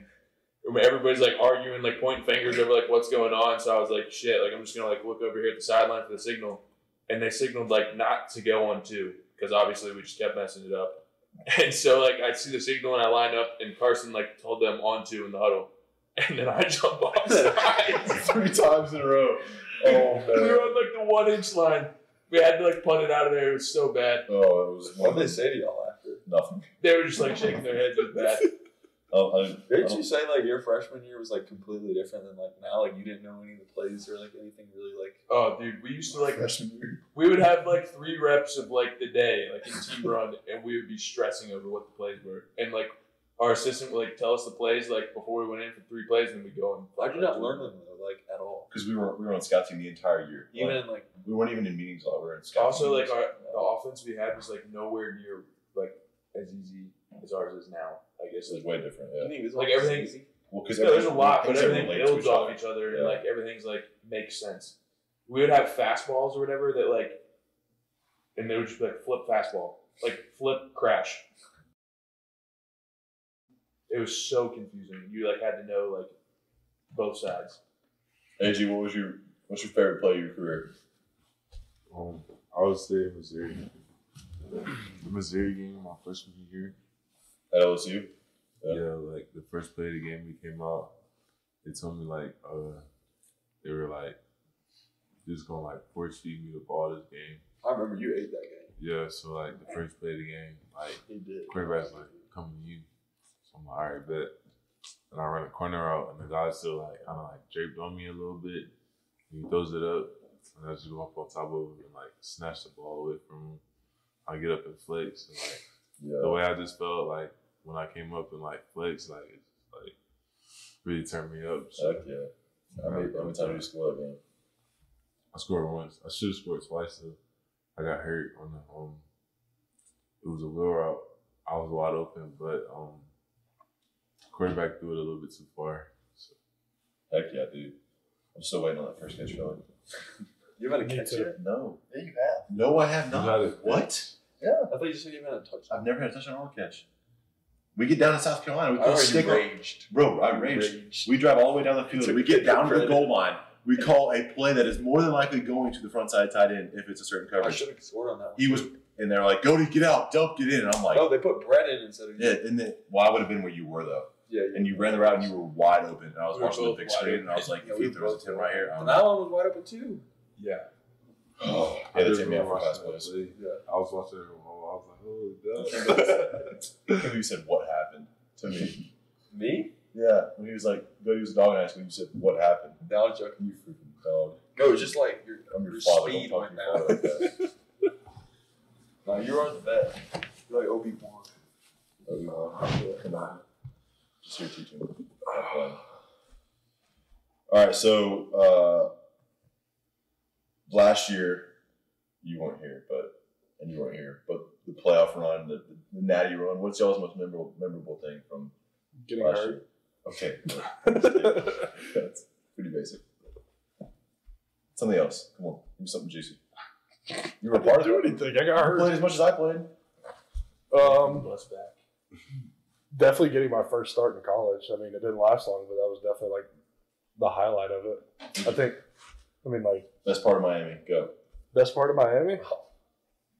[SPEAKER 12] And Everybody's like arguing, like pointing fingers over like what's going on. So I was like, shit, like I'm just gonna like look over here at the sideline for the signal. And they signaled like not to go on two, because obviously we just kept messing it up. *laughs* And so like I see the signal and I line up *laughs* and Carson like told them on two in the huddle. And then I jump
[SPEAKER 5] *laughs*
[SPEAKER 12] off sides.
[SPEAKER 2] Three times in a row. Oh, man.
[SPEAKER 12] we were on like the one inch line. We had to like punt it out of there. It was so bad.
[SPEAKER 2] Oh, it was
[SPEAKER 4] What
[SPEAKER 2] one
[SPEAKER 4] did they say to y'all after?
[SPEAKER 2] nothing.
[SPEAKER 12] They were just like shaking their heads with that.
[SPEAKER 2] Oh, I, I
[SPEAKER 4] Didn't
[SPEAKER 2] don't-
[SPEAKER 4] you say like your freshman year was like completely different than like now? Like you didn't know any of the plays or like anything really like.
[SPEAKER 12] Oh, dude, we used to like
[SPEAKER 2] freshman year.
[SPEAKER 12] we would have like three reps of like the day, like in team run, and we would be stressing over what the plays were. And like our assistant would like tell us the plays like before we went in for three plays, and we go and
[SPEAKER 4] I did not learn them though, like at all.
[SPEAKER 2] because we were we were on scout team the entire year. Like, uh,
[SPEAKER 4] Even in like
[SPEAKER 2] we weren't even in meetings a lot. We were in scout.
[SPEAKER 12] Also, like
[SPEAKER 2] meetings.
[SPEAKER 12] our the offense we had was like nowhere near like as easy as ours is now. I guess
[SPEAKER 2] It was way different.
[SPEAKER 4] I
[SPEAKER 2] Yeah.
[SPEAKER 4] think it was
[SPEAKER 12] Like
[SPEAKER 4] all
[SPEAKER 12] everything-
[SPEAKER 4] easy.
[SPEAKER 2] Well,
[SPEAKER 12] Yeah, there's a lot, but
[SPEAKER 2] things that
[SPEAKER 12] everything
[SPEAKER 2] relate to
[SPEAKER 12] builds
[SPEAKER 2] each
[SPEAKER 12] off
[SPEAKER 2] other.
[SPEAKER 12] each other, and
[SPEAKER 2] Yeah.
[SPEAKER 12] like everything's like makes sense. We would have fastballs or whatever that like, and they would just be like flip fastball, like flip crash. It was so confusing. You like had to know like both sides.
[SPEAKER 2] AG, what was your what's your favorite play of your career?
[SPEAKER 7] Um, I would say Missouri. The Missouri game, my freshman year.
[SPEAKER 2] At LSU? Yeah.
[SPEAKER 7] Yeah. like the first play of the game we came out, they told me like uh they were like just gonna like force feed me the ball this game.
[SPEAKER 4] I remember you ate that game.
[SPEAKER 7] Yeah, so like the first play of the game, like
[SPEAKER 4] He did.
[SPEAKER 7] quarterback's like coming to you. So I'm like, all right, bet. And I run a corner out, and the guy's still like kind of like draped on me a little bit. He throws it up, and I just go up on top of him and like snatch the ball away from him. I get up and flex, and like the way I just felt like when I came up and like flexed, like it just, like really turned me up. So,
[SPEAKER 2] Heck yeah. How many, how many times did you score that game?
[SPEAKER 7] I scored once. I should have scored twice. Though. I got hurt on the um. It was a wheel route. I was wide open, but um, quarterback threw it a little bit too far. So
[SPEAKER 2] Heck yeah, dude. I'm still waiting on that first catch, really.
[SPEAKER 4] You haven't had a catch yet?
[SPEAKER 2] No. Yeah, you have. No, I have not.
[SPEAKER 7] You had it.
[SPEAKER 2] What?
[SPEAKER 4] I thought you said you haven't had a touchdown.
[SPEAKER 2] I've never had a touchdown or a catch. We get down to South Carolina. We
[SPEAKER 4] I
[SPEAKER 2] go
[SPEAKER 4] already
[SPEAKER 2] stick up.
[SPEAKER 4] raged.
[SPEAKER 2] Bro, I raged. We drive all the way down the field.
[SPEAKER 4] Took
[SPEAKER 2] We get down to the
[SPEAKER 4] credit.
[SPEAKER 2] goal line. We call a play that is more than likely going to the front side tight end if it's a certain
[SPEAKER 4] I
[SPEAKER 2] coverage.
[SPEAKER 4] should have scored on that one.
[SPEAKER 2] He was, and they're like, "Go to get out, dump, get in." And I'm like,
[SPEAKER 4] No, they put bread in instead of
[SPEAKER 2] "Yeah." And then, well, I would have been where you were though.
[SPEAKER 4] yeah.
[SPEAKER 2] And you ran the route and you were wide open. And I was
[SPEAKER 12] We were
[SPEAKER 2] watching the
[SPEAKER 12] both
[SPEAKER 2] big
[SPEAKER 12] wide
[SPEAKER 2] screen
[SPEAKER 12] open.
[SPEAKER 2] and I was
[SPEAKER 4] *laughs*
[SPEAKER 2] like,
[SPEAKER 4] Yeah,
[SPEAKER 2] "If
[SPEAKER 4] we
[SPEAKER 2] he throws a
[SPEAKER 4] both
[SPEAKER 2] ten
[SPEAKER 4] were.
[SPEAKER 2] right here,
[SPEAKER 4] And
[SPEAKER 2] I'm
[SPEAKER 4] that one was wide open too.
[SPEAKER 7] yeah,
[SPEAKER 2] oh, yeah, that's
[SPEAKER 7] didn't
[SPEAKER 2] hit me
[SPEAKER 7] really
[SPEAKER 2] off for
[SPEAKER 7] watch
[SPEAKER 2] last
[SPEAKER 7] that
[SPEAKER 2] place."
[SPEAKER 7] play.
[SPEAKER 4] Yeah.
[SPEAKER 7] I was watching it. from home. I was like,
[SPEAKER 2] *laughs*
[SPEAKER 7] oh, God.
[SPEAKER 2] when you said what happened to me.
[SPEAKER 4] Me?
[SPEAKER 2] Yeah, when he was like, "Go use a dog," and I asked when you said what happened.
[SPEAKER 4] Now I'm joking.
[SPEAKER 2] You freaking dog!
[SPEAKER 4] No, it's just like your,
[SPEAKER 2] I'm your
[SPEAKER 4] your
[SPEAKER 2] father.
[SPEAKER 4] speed
[SPEAKER 2] Don't talk
[SPEAKER 4] went
[SPEAKER 2] to your father
[SPEAKER 4] down.
[SPEAKER 2] like that.
[SPEAKER 4] No, you were on the vet. You're like Obi Wan.
[SPEAKER 2] Oh, you are. Come on. Just here teaching. All right, so uh, last year you weren't here, but and you weren't here, but the playoff run, the, the natty run. What's y'all's most memorable memorable thing from
[SPEAKER 5] Getting *laughs*
[SPEAKER 2] last
[SPEAKER 5] hurt.
[SPEAKER 2] year? Okay, *laughs* that's pretty basic. Something else. Come on, give me something juicy. You were a part of
[SPEAKER 5] do
[SPEAKER 2] it.
[SPEAKER 5] anything. I got
[SPEAKER 2] You
[SPEAKER 5] hurt.
[SPEAKER 2] played as much as I played.
[SPEAKER 5] Um,
[SPEAKER 12] Bust back.
[SPEAKER 5] definitely getting my first start in college. I mean, it didn't last long, but that was definitely like the highlight of it. I think. I mean, like
[SPEAKER 2] Best part of Miami. Go.
[SPEAKER 5] best part of Miami.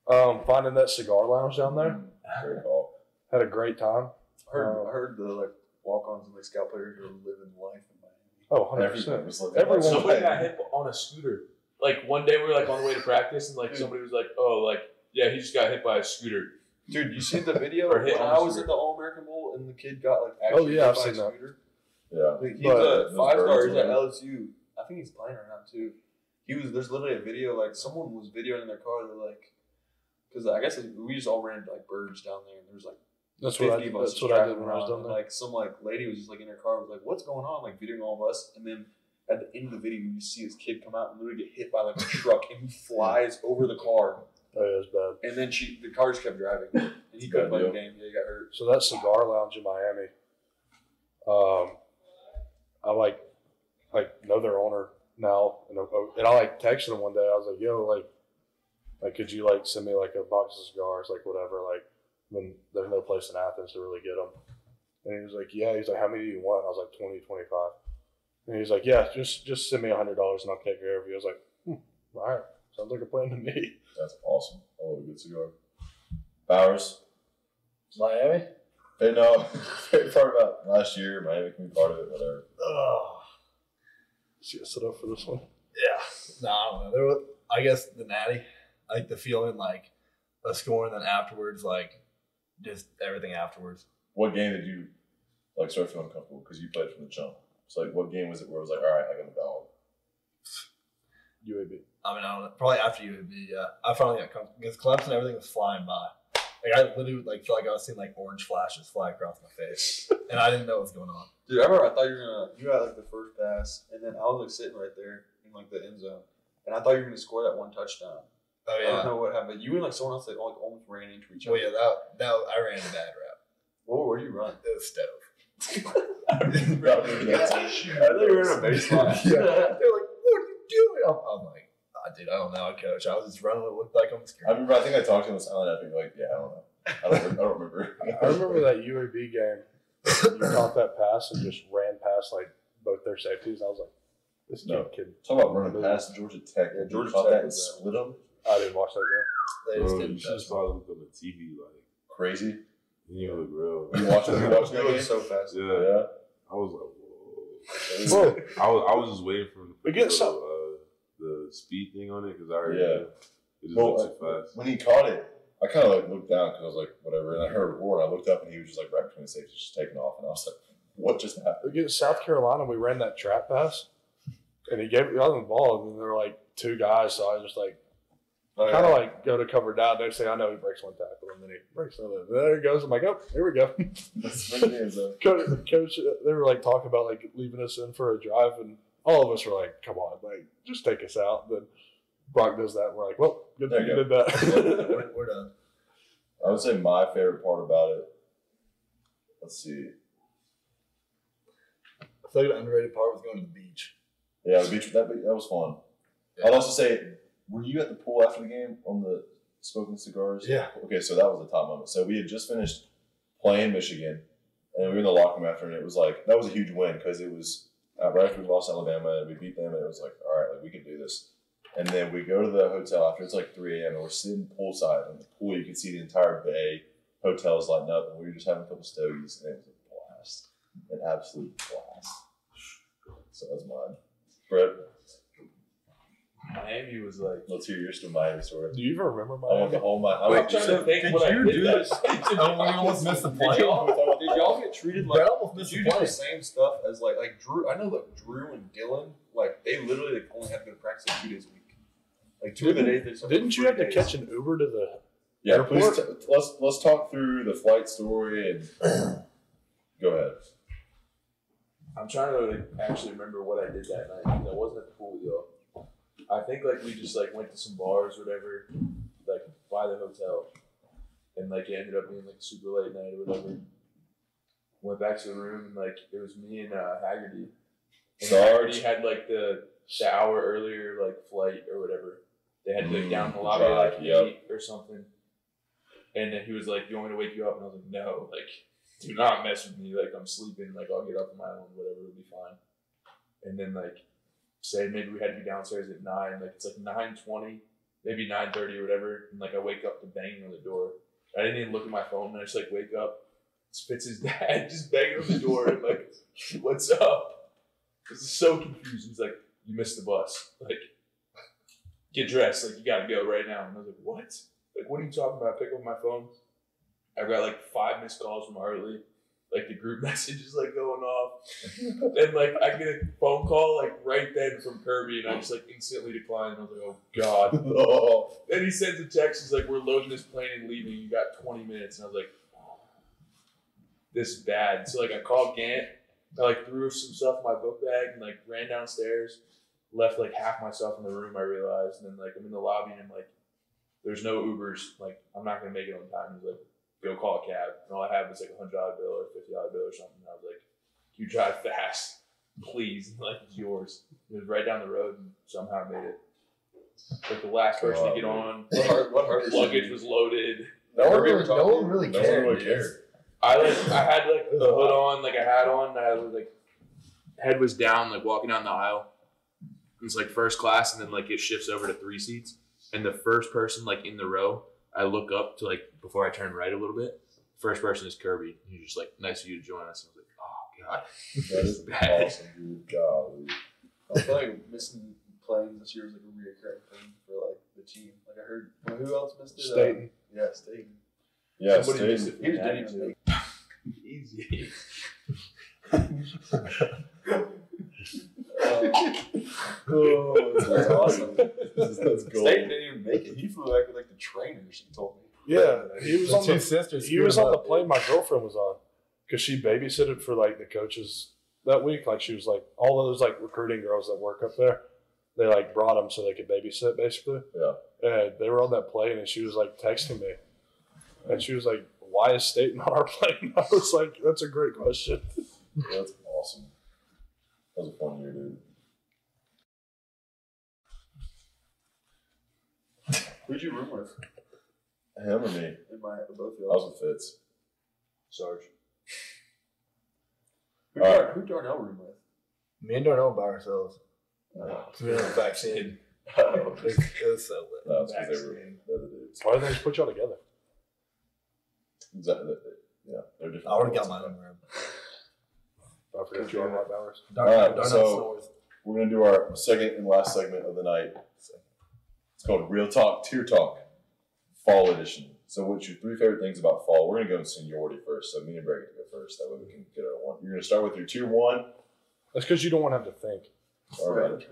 [SPEAKER 5] Um, finding that cigar lounge down there.
[SPEAKER 4] Mm-hmm.
[SPEAKER 2] Great call.
[SPEAKER 5] Had a great time.
[SPEAKER 4] I heard,
[SPEAKER 5] Oh.
[SPEAKER 4] I heard the like walk-ons and like scout players are living life in Miami.
[SPEAKER 5] Oh, 100
[SPEAKER 2] Everyone
[SPEAKER 5] percent.
[SPEAKER 2] was living
[SPEAKER 5] Everyone
[SPEAKER 2] like-
[SPEAKER 5] was
[SPEAKER 12] Somebody got hit on a scooter. Like one day we were like on the way to practice and like somebody was like, oh, like yeah, he just got hit by a scooter.
[SPEAKER 4] Dude, you seen the video
[SPEAKER 12] Or
[SPEAKER 4] when
[SPEAKER 12] hit on
[SPEAKER 4] I
[SPEAKER 12] the
[SPEAKER 4] was
[SPEAKER 12] scooter.
[SPEAKER 4] at the All American Bowl and the kid got like
[SPEAKER 5] Oh,
[SPEAKER 4] actually
[SPEAKER 5] yeah, I've
[SPEAKER 4] hit by a
[SPEAKER 5] seen that.
[SPEAKER 4] scooter?
[SPEAKER 2] Yeah.
[SPEAKER 4] Like, he's
[SPEAKER 5] But-
[SPEAKER 4] a five star. He's at
[SPEAKER 2] Yeah.
[SPEAKER 4] LSU. I think he's playing right now too. He was there's literally a video like someone was videoing in their car. They're like, because I guess we just all ran like birds down there, and there was like
[SPEAKER 5] That's what I.
[SPEAKER 4] fifty of us.
[SPEAKER 5] That's what I did
[SPEAKER 4] driving
[SPEAKER 5] when I was
[SPEAKER 4] around,
[SPEAKER 5] down
[SPEAKER 4] and,
[SPEAKER 5] there.
[SPEAKER 4] Like some like lady was just like in her car, was like, "What's going on?" Like videoing all of us, and then at the end of the video, you see this kid come out and literally get hit by like a truck, and he flies over the car,
[SPEAKER 5] Oh, yeah, it was bad.
[SPEAKER 4] and then she the car just kept driving, and he couldn't play the game. Yeah, he got hurt.
[SPEAKER 5] So that cigar lounge in Miami, um, I like, like know their owner now, and, I- and I like texted him one day. I was like, "Yo, like, like could you like send me like a box of cigars, like whatever, like when there's no place in Athens to really get them." And he was like, "Yeah." He's like, "How many do you want?" I was like, 20, 25. And he's like, "Yeah, just just send me a hundred dollars and I'll take care of you." I was like, hmm, "All right, sounds like a plan to me." *laughs*
[SPEAKER 2] That's awesome. I love a good cigar. Bowers.
[SPEAKER 8] Miami.
[SPEAKER 2] Hey, no. Favorite part about last year, Miami can be part of it, whatever.
[SPEAKER 8] Oh
[SPEAKER 5] So yeah, set up for this one.
[SPEAKER 8] yeah. No, I don't know. There was, I guess the natty, like the feeling like a score and then afterwards, like just everything afterwards.
[SPEAKER 2] What game did you like start feeling comfortable because you played from the jump? So like, what game was it where it was like, all right, I got a dog.
[SPEAKER 5] UAB.
[SPEAKER 8] I mean, I don't know. Probably after you would be. Yeah, I finally got comfortable because Clemson, everything was flying by. Like I literally like feel like I was seeing like orange flashes fly across my face, and I didn't know what was going on.
[SPEAKER 4] Dude, I remember I thought you were gonna you got like the first pass, and then I was like sitting right there in like the end zone, and I thought you were gonna score that one touchdown.
[SPEAKER 8] Oh
[SPEAKER 4] I don't know what happened. You and like someone else like, all- like almost ran into each other.
[SPEAKER 8] Well, Oh, yeah, that that I ran a bad route.
[SPEAKER 4] What where do you
[SPEAKER 8] *laughs*
[SPEAKER 4] run?
[SPEAKER 8] It was stove.
[SPEAKER 4] *laughs* baseline.
[SPEAKER 8] *laughs* Yeah. They're like, what are you doing? I'm, I'm like, ah, dude, I don't know, coach. I was just running what it looked like on the
[SPEAKER 2] I
[SPEAKER 8] screen.
[SPEAKER 2] remember. I think I talked to him this island after. You're like, yeah, I don't know. I don't. re- I don't remember.
[SPEAKER 5] I remember that UAB game. You caught that pass and just ran past like both their safeties. I was like, "This kid,
[SPEAKER 2] No.
[SPEAKER 5] kid.
[SPEAKER 2] Talk about running past Georgia Tech.
[SPEAKER 4] Yeah,
[SPEAKER 2] and
[SPEAKER 4] Georgia
[SPEAKER 2] caught
[SPEAKER 4] Tech
[SPEAKER 2] that and
[SPEAKER 4] was that.
[SPEAKER 2] split them.
[SPEAKER 5] I didn't watch that game."
[SPEAKER 8] They just
[SPEAKER 7] Bro, you
[SPEAKER 8] didn't.
[SPEAKER 7] should just probably look on the TV. Like
[SPEAKER 2] Crazy.
[SPEAKER 7] you look real.
[SPEAKER 2] You watch it. You
[SPEAKER 7] *laughs*
[SPEAKER 2] watch that
[SPEAKER 4] You
[SPEAKER 2] game.
[SPEAKER 4] look so fast.
[SPEAKER 7] yeah.
[SPEAKER 2] Yeah.
[SPEAKER 7] I was like, whoa.
[SPEAKER 5] Bro,
[SPEAKER 7] I was I was just waiting for him to
[SPEAKER 5] We get
[SPEAKER 7] the,
[SPEAKER 5] some-
[SPEAKER 7] uh, the speed thing on it? Because I heard
[SPEAKER 2] Yeah.
[SPEAKER 7] it just
[SPEAKER 2] Well,
[SPEAKER 7] went too fast.
[SPEAKER 2] When he caught it, I kind of like looked down because I was like, whatever. And I heard a roar, and I looked up, and he was just like right between the safeties, just taking off. And I was like, what just happened?
[SPEAKER 5] Against South Carolina, we ran that trap pass, and he gave got him the ball, and there were like two guys. So I was just like, kind of like go to cover down. Next thing I know, he breaks one tackle, and then he breaks another. There he goes. I'm like, oh, here we go.
[SPEAKER 2] *laughs*
[SPEAKER 5] coach, coach, uh, they were like talking about like leaving us in for a drive, and all of us were like, "Come on, like just take us out." Then Brock does that. And we're like, "Well, good
[SPEAKER 2] There
[SPEAKER 5] thing
[SPEAKER 2] you
[SPEAKER 5] you did that." *laughs*
[SPEAKER 8] We're, we're done.
[SPEAKER 2] I would say my favorite part about it. Let's see.
[SPEAKER 8] I feel like the underrated part was going to the beach.
[SPEAKER 2] Yeah, the beach that that was fun. I'd also say, were you at the pool after the game on the smoking cigars?
[SPEAKER 8] Yeah.
[SPEAKER 2] Okay, so that was the top moment. So we had just finished playing Michigan, and we were in the locker room after, and it was like that was a huge win because it was uh, right after we lost Alabama and we beat them, and it was like, all right, like we can do this. And then we go to the hotel after it's like 3 a.m. and we're sitting poolside on the pool. You can see the entire bay, hotels lighting up, and we were just having a couple stogies, and it was a blast, an absolute blast. So that's mine. Brett,
[SPEAKER 12] Miami was like.
[SPEAKER 2] let's hear yours to my story.
[SPEAKER 5] Do you even remember
[SPEAKER 2] I want
[SPEAKER 5] my?
[SPEAKER 2] the whole my. I
[SPEAKER 12] I'm
[SPEAKER 2] want
[SPEAKER 12] trying to think what I did. that-
[SPEAKER 8] Oh, we almost missed the
[SPEAKER 12] Did y'all,
[SPEAKER 4] *laughs*
[SPEAKER 12] did y'all get treated like?
[SPEAKER 8] Brad almost
[SPEAKER 4] Did
[SPEAKER 8] missed
[SPEAKER 4] you
[SPEAKER 8] the
[SPEAKER 4] do the
[SPEAKER 8] play.
[SPEAKER 4] same stuff as like like Drew? I know like Drew and Dylan, like they literally like, only had to go to practice like, two days a week. Like two of the days. They
[SPEAKER 5] Didn't you have to catch an Uber to the?
[SPEAKER 2] yeah,
[SPEAKER 5] Airport?
[SPEAKER 2] please. T- let's let's talk through the flight story and go ahead.
[SPEAKER 12] I'm trying to like, actually remember what I did that night. 'cause I wasn't at the pool with y'all. I think like we just like went to some bars, or whatever, like by the hotel, and like it ended up being like super late night or whatever. Went back to the room and like it was me and uh, Haggerty. And I already had like the the hour earlier like flight or whatever. They had to like, down in the lobby to, like
[SPEAKER 2] Mm, Drive, yep.
[SPEAKER 12] eat or something. And then he was like, "You want me to wake you up?" And I was like, "No, like." do not mess with me. Like I'm sleeping. Like I'll get up on my own. Whatever, it'll be fine. And then like say maybe we had to be downstairs at nine. Like it's like nine twenty, maybe nine thirty or whatever. And like I wake up to banging on the door. I didn't even look at my phone. And I just like wake up. It's Fitz's *laughs* dad just banging on the door and like, what's up? This is so confusing. He's like, you missed the bus. Like, get dressed. Like you gotta go right now. And I was like, what? Like what are you talking about? I pick up my phone. I've got like five missed calls from Hartley. Like the group *laughs* message is like going off. and like I get a phone call like right then from Kirby and I just like instantly decline. And I was like, oh God.
[SPEAKER 2] oh,
[SPEAKER 12] Then he sends a text. He's like, we're loading this plane and leaving. You got 20 minutes. And I was like, this is bad. So like I called Gant. I like threw some stuff in my book bag and like ran downstairs. Left like half my stuff in the room. I realized, and then like I'm in the lobby and I'm like, there's no Ubers. Like I'm not gonna make it on time. He's like, go call a cab. And all I have is like a hundred dollar bill or fifty dollar bill or something. And I was like, you drive fast, please. And, like it's yours. It was right down the road and somehow I made it. Like the last person to get on.
[SPEAKER 4] What heart? What heart?
[SPEAKER 12] Our luggage was loaded.
[SPEAKER 8] No one,
[SPEAKER 4] Kirby
[SPEAKER 8] really,
[SPEAKER 4] was
[SPEAKER 8] no
[SPEAKER 4] talking.
[SPEAKER 8] one really
[SPEAKER 2] no one
[SPEAKER 8] cared.
[SPEAKER 2] really cared.
[SPEAKER 12] I like I had like the hood on, like I had on, and I was like head was down, like walking down the aisle. It was like first class, and then like it shifts over to three seats. And the first person like in the row, I look up to like before I turn right a little bit. First person is Kirby. He's just like, "Nice of you to join us." And I was like, "Oh,
[SPEAKER 2] That
[SPEAKER 12] *laughs*
[SPEAKER 2] is
[SPEAKER 12] Bad.
[SPEAKER 2] awesome, dude. Golly.
[SPEAKER 4] I feel like missing planes this year was like a reoccurring thing for like the team. Like I heard, well, who else missed it? Uh,
[SPEAKER 5] State.
[SPEAKER 4] yeah, State.
[SPEAKER 2] Yeah,
[SPEAKER 12] Somebody
[SPEAKER 2] Steve.
[SPEAKER 12] missed
[SPEAKER 4] He was didn't even make.
[SPEAKER 12] "Oh God, easy."
[SPEAKER 4] Uh,
[SPEAKER 2] that's awesome. that's gold.
[SPEAKER 4] State didn't even make it. He flew back with like the trainers. He told me.
[SPEAKER 5] Yeah, he was
[SPEAKER 8] The
[SPEAKER 5] on
[SPEAKER 8] two
[SPEAKER 5] the.
[SPEAKER 8] sisters.
[SPEAKER 5] He was on the plane my girlfriend was on, because she babysitted for like the coaches that week. Like she was like all those like recruiting girls that work up there. They like brought them so they could babysit basically.
[SPEAKER 2] Yeah.
[SPEAKER 5] And they were on that plane, and she was like texting me, and she was like, "Why is state *laughs* not our plane?" I was like, "That's a great question."
[SPEAKER 2] That's awesome. That was a fun year, dude.
[SPEAKER 4] Who'd you room with?
[SPEAKER 2] Him or me?
[SPEAKER 4] In my both
[SPEAKER 2] I
[SPEAKER 4] y'all.
[SPEAKER 2] was with Fitz.
[SPEAKER 12] Sarge.
[SPEAKER 4] Who,
[SPEAKER 2] All
[SPEAKER 4] Dar- who Darnell room with?
[SPEAKER 8] Me and Darnell by ourselves. We were in the vaccine.
[SPEAKER 4] Oh,
[SPEAKER 8] It was, it was so lit.
[SPEAKER 2] No, it's 'cause they were they're the dudes.
[SPEAKER 5] Why didn't they just put y'all together?
[SPEAKER 2] Exactly. Yeah, they're different.
[SPEAKER 8] I already got my own room.
[SPEAKER 5] I forgot you are Mike Bowers.
[SPEAKER 8] Darn,
[SPEAKER 2] All right,
[SPEAKER 8] Darnell
[SPEAKER 2] so-
[SPEAKER 8] snores.
[SPEAKER 2] We're gonna do our second and last segment of the night. It's called Real Talk Tier Talk Fall Edition. So, what's your three favorite things about fall? We're gonna go in seniority first. So, me and Brady go first. That way, we can get our one. You're gonna start with your tier one.
[SPEAKER 5] That's because you don't want to have to think.
[SPEAKER 2] All right.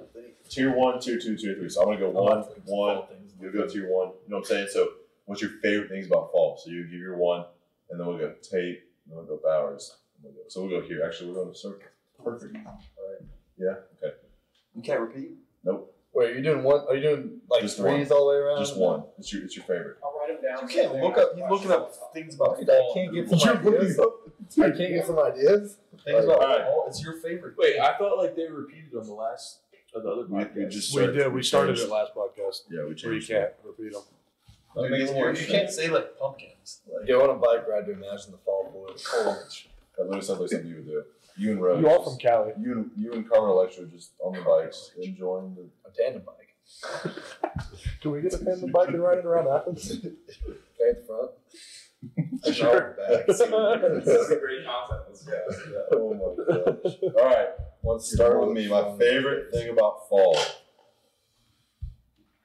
[SPEAKER 2] Tier one, tier two, tier three. So I'm gonna go one, one. You'll go tier one. You know what I'm saying? So what's your favorite things about fall? So you give your one, and then we'll go tape, and then we'll go Bowers. and we'll go- So we'll go here. Actually, we're going to circle. Perfect. All right. Yeah. Okay.
[SPEAKER 8] You can't repeat.
[SPEAKER 2] Nope.
[SPEAKER 8] Wait, are you doing one? Are you doing like
[SPEAKER 2] Just
[SPEAKER 8] threes
[SPEAKER 2] one.
[SPEAKER 8] all the way around?
[SPEAKER 2] Just one. It's your it's your favorite.
[SPEAKER 10] I'll write them down.
[SPEAKER 8] You can't look up. He's looking up things about
[SPEAKER 2] I
[SPEAKER 8] fall. I
[SPEAKER 2] *laughs*
[SPEAKER 8] can't get some ideas. I can't get some ideas. Things about
[SPEAKER 2] All right.
[SPEAKER 8] fall. It's your favorite.
[SPEAKER 12] Wait, I felt like they repeated on the last of the other
[SPEAKER 2] We,
[SPEAKER 12] podcast.
[SPEAKER 2] we just
[SPEAKER 5] We
[SPEAKER 2] started-
[SPEAKER 5] did. We started
[SPEAKER 2] changed-
[SPEAKER 5] it last podcast.
[SPEAKER 2] Yeah, we
[SPEAKER 5] We
[SPEAKER 2] changed.
[SPEAKER 5] can't repeat them.
[SPEAKER 2] Dude,
[SPEAKER 8] Like,
[SPEAKER 2] these
[SPEAKER 8] you-
[SPEAKER 2] words-
[SPEAKER 8] you can't say like pumpkins. Like,
[SPEAKER 2] Yeah,
[SPEAKER 8] I want to buy grad to imagine the fall
[SPEAKER 2] *laughs*
[SPEAKER 8] boys.
[SPEAKER 2] That literally sounds like something you would do. You and Rose.
[SPEAKER 5] You all from Cali.
[SPEAKER 2] you and you and Carmen Electra just on the bikes enjoying *laughs* the
[SPEAKER 8] A tandem bike.
[SPEAKER 5] Can we get a family bike and ride it around Athens?
[SPEAKER 8] Okay, at the front.
[SPEAKER 2] *laughs*
[SPEAKER 5] *laughs*
[SPEAKER 2] Sure.
[SPEAKER 13] *laughs*
[SPEAKER 5] That's
[SPEAKER 12] a great concept.
[SPEAKER 2] oh my gosh. All right. Let's start with me. My favorite thing about fall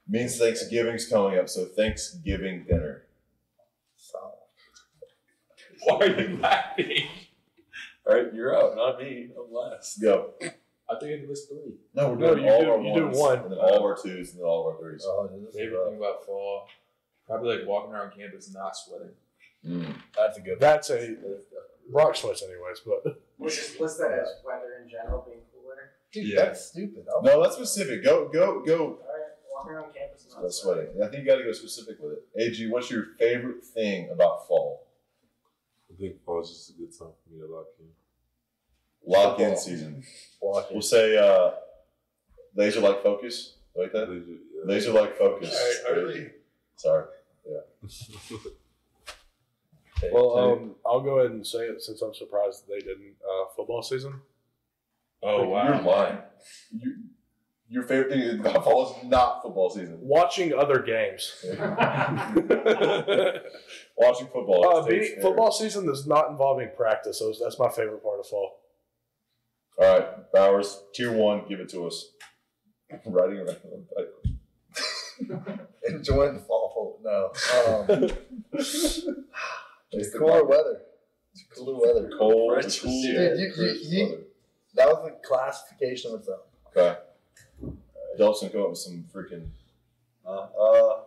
[SPEAKER 2] means Thanksgiving's coming up, so Thanksgiving dinner.
[SPEAKER 12] Why are you laughing?
[SPEAKER 4] All right, you're out, not me. I'm last.
[SPEAKER 2] Go.
[SPEAKER 12] I think I missed three.
[SPEAKER 2] No,
[SPEAKER 5] No, you do- you do one.
[SPEAKER 2] and then all of our twos, and then all of our threes.
[SPEAKER 8] Oh, this is
[SPEAKER 12] Favorite
[SPEAKER 8] rough.
[SPEAKER 12] thing about fall, probably like walking around campus not sweating.
[SPEAKER 2] Mm.
[SPEAKER 8] That's a good.
[SPEAKER 5] a rock sweats, anyways. But
[SPEAKER 13] What's, what's that as weather in general being cooler?
[SPEAKER 8] Dude,
[SPEAKER 12] Yeah.
[SPEAKER 8] that's stupid. I'm
[SPEAKER 2] No, that's specific. Go, go, go.
[SPEAKER 13] Alright, walking around campus and
[SPEAKER 2] That's sweating. I think you got to go specific with it. AG, what's your favorite thing about fall?
[SPEAKER 7] I think fall is just a good time for me to lock in.
[SPEAKER 2] Lock in season.
[SPEAKER 8] walking.
[SPEAKER 2] We'll say uh, laser like focus. You Like that?
[SPEAKER 7] Laser, yeah.
[SPEAKER 2] Laser like focus. Sorry.
[SPEAKER 5] well, um, I'll go ahead and say it since I'm surprised that they didn't. Uh, football season.
[SPEAKER 12] Oh
[SPEAKER 2] You're lying. You, your favorite thing about fall is not football season.
[SPEAKER 5] Watching other *laughs* games. uh,
[SPEAKER 2] Watching
[SPEAKER 8] Uh,
[SPEAKER 2] football. is
[SPEAKER 5] be,
[SPEAKER 2] Tate's
[SPEAKER 5] football season that's not involving practice. So that's my favorite part of fall.
[SPEAKER 2] favorite. All right, Bowers, tier one, give it to us. *laughs* Riding around. on a bike.
[SPEAKER 8] Enjoying the fall. No.
[SPEAKER 2] *laughs*
[SPEAKER 8] Um,
[SPEAKER 2] It's the
[SPEAKER 8] cooler
[SPEAKER 2] cold,
[SPEAKER 8] weather. It's cooler weather.
[SPEAKER 2] cold,
[SPEAKER 8] Fresh
[SPEAKER 2] cool,
[SPEAKER 8] shit.
[SPEAKER 2] air,
[SPEAKER 8] Dude, you-
[SPEAKER 2] crisp
[SPEAKER 8] you-
[SPEAKER 2] weather.
[SPEAKER 8] That was a classification of its own.
[SPEAKER 2] Okay. Dawson, come up with some freaking.
[SPEAKER 4] Uh, uh,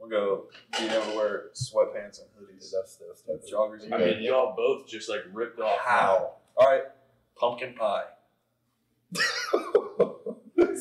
[SPEAKER 4] I'll go. Being able to wear sweatpants and hoodies,
[SPEAKER 8] That's, that's, that's
[SPEAKER 4] joggers.
[SPEAKER 12] I mean, y'all both just like ripped off.
[SPEAKER 4] How? All right, pumpkin pie.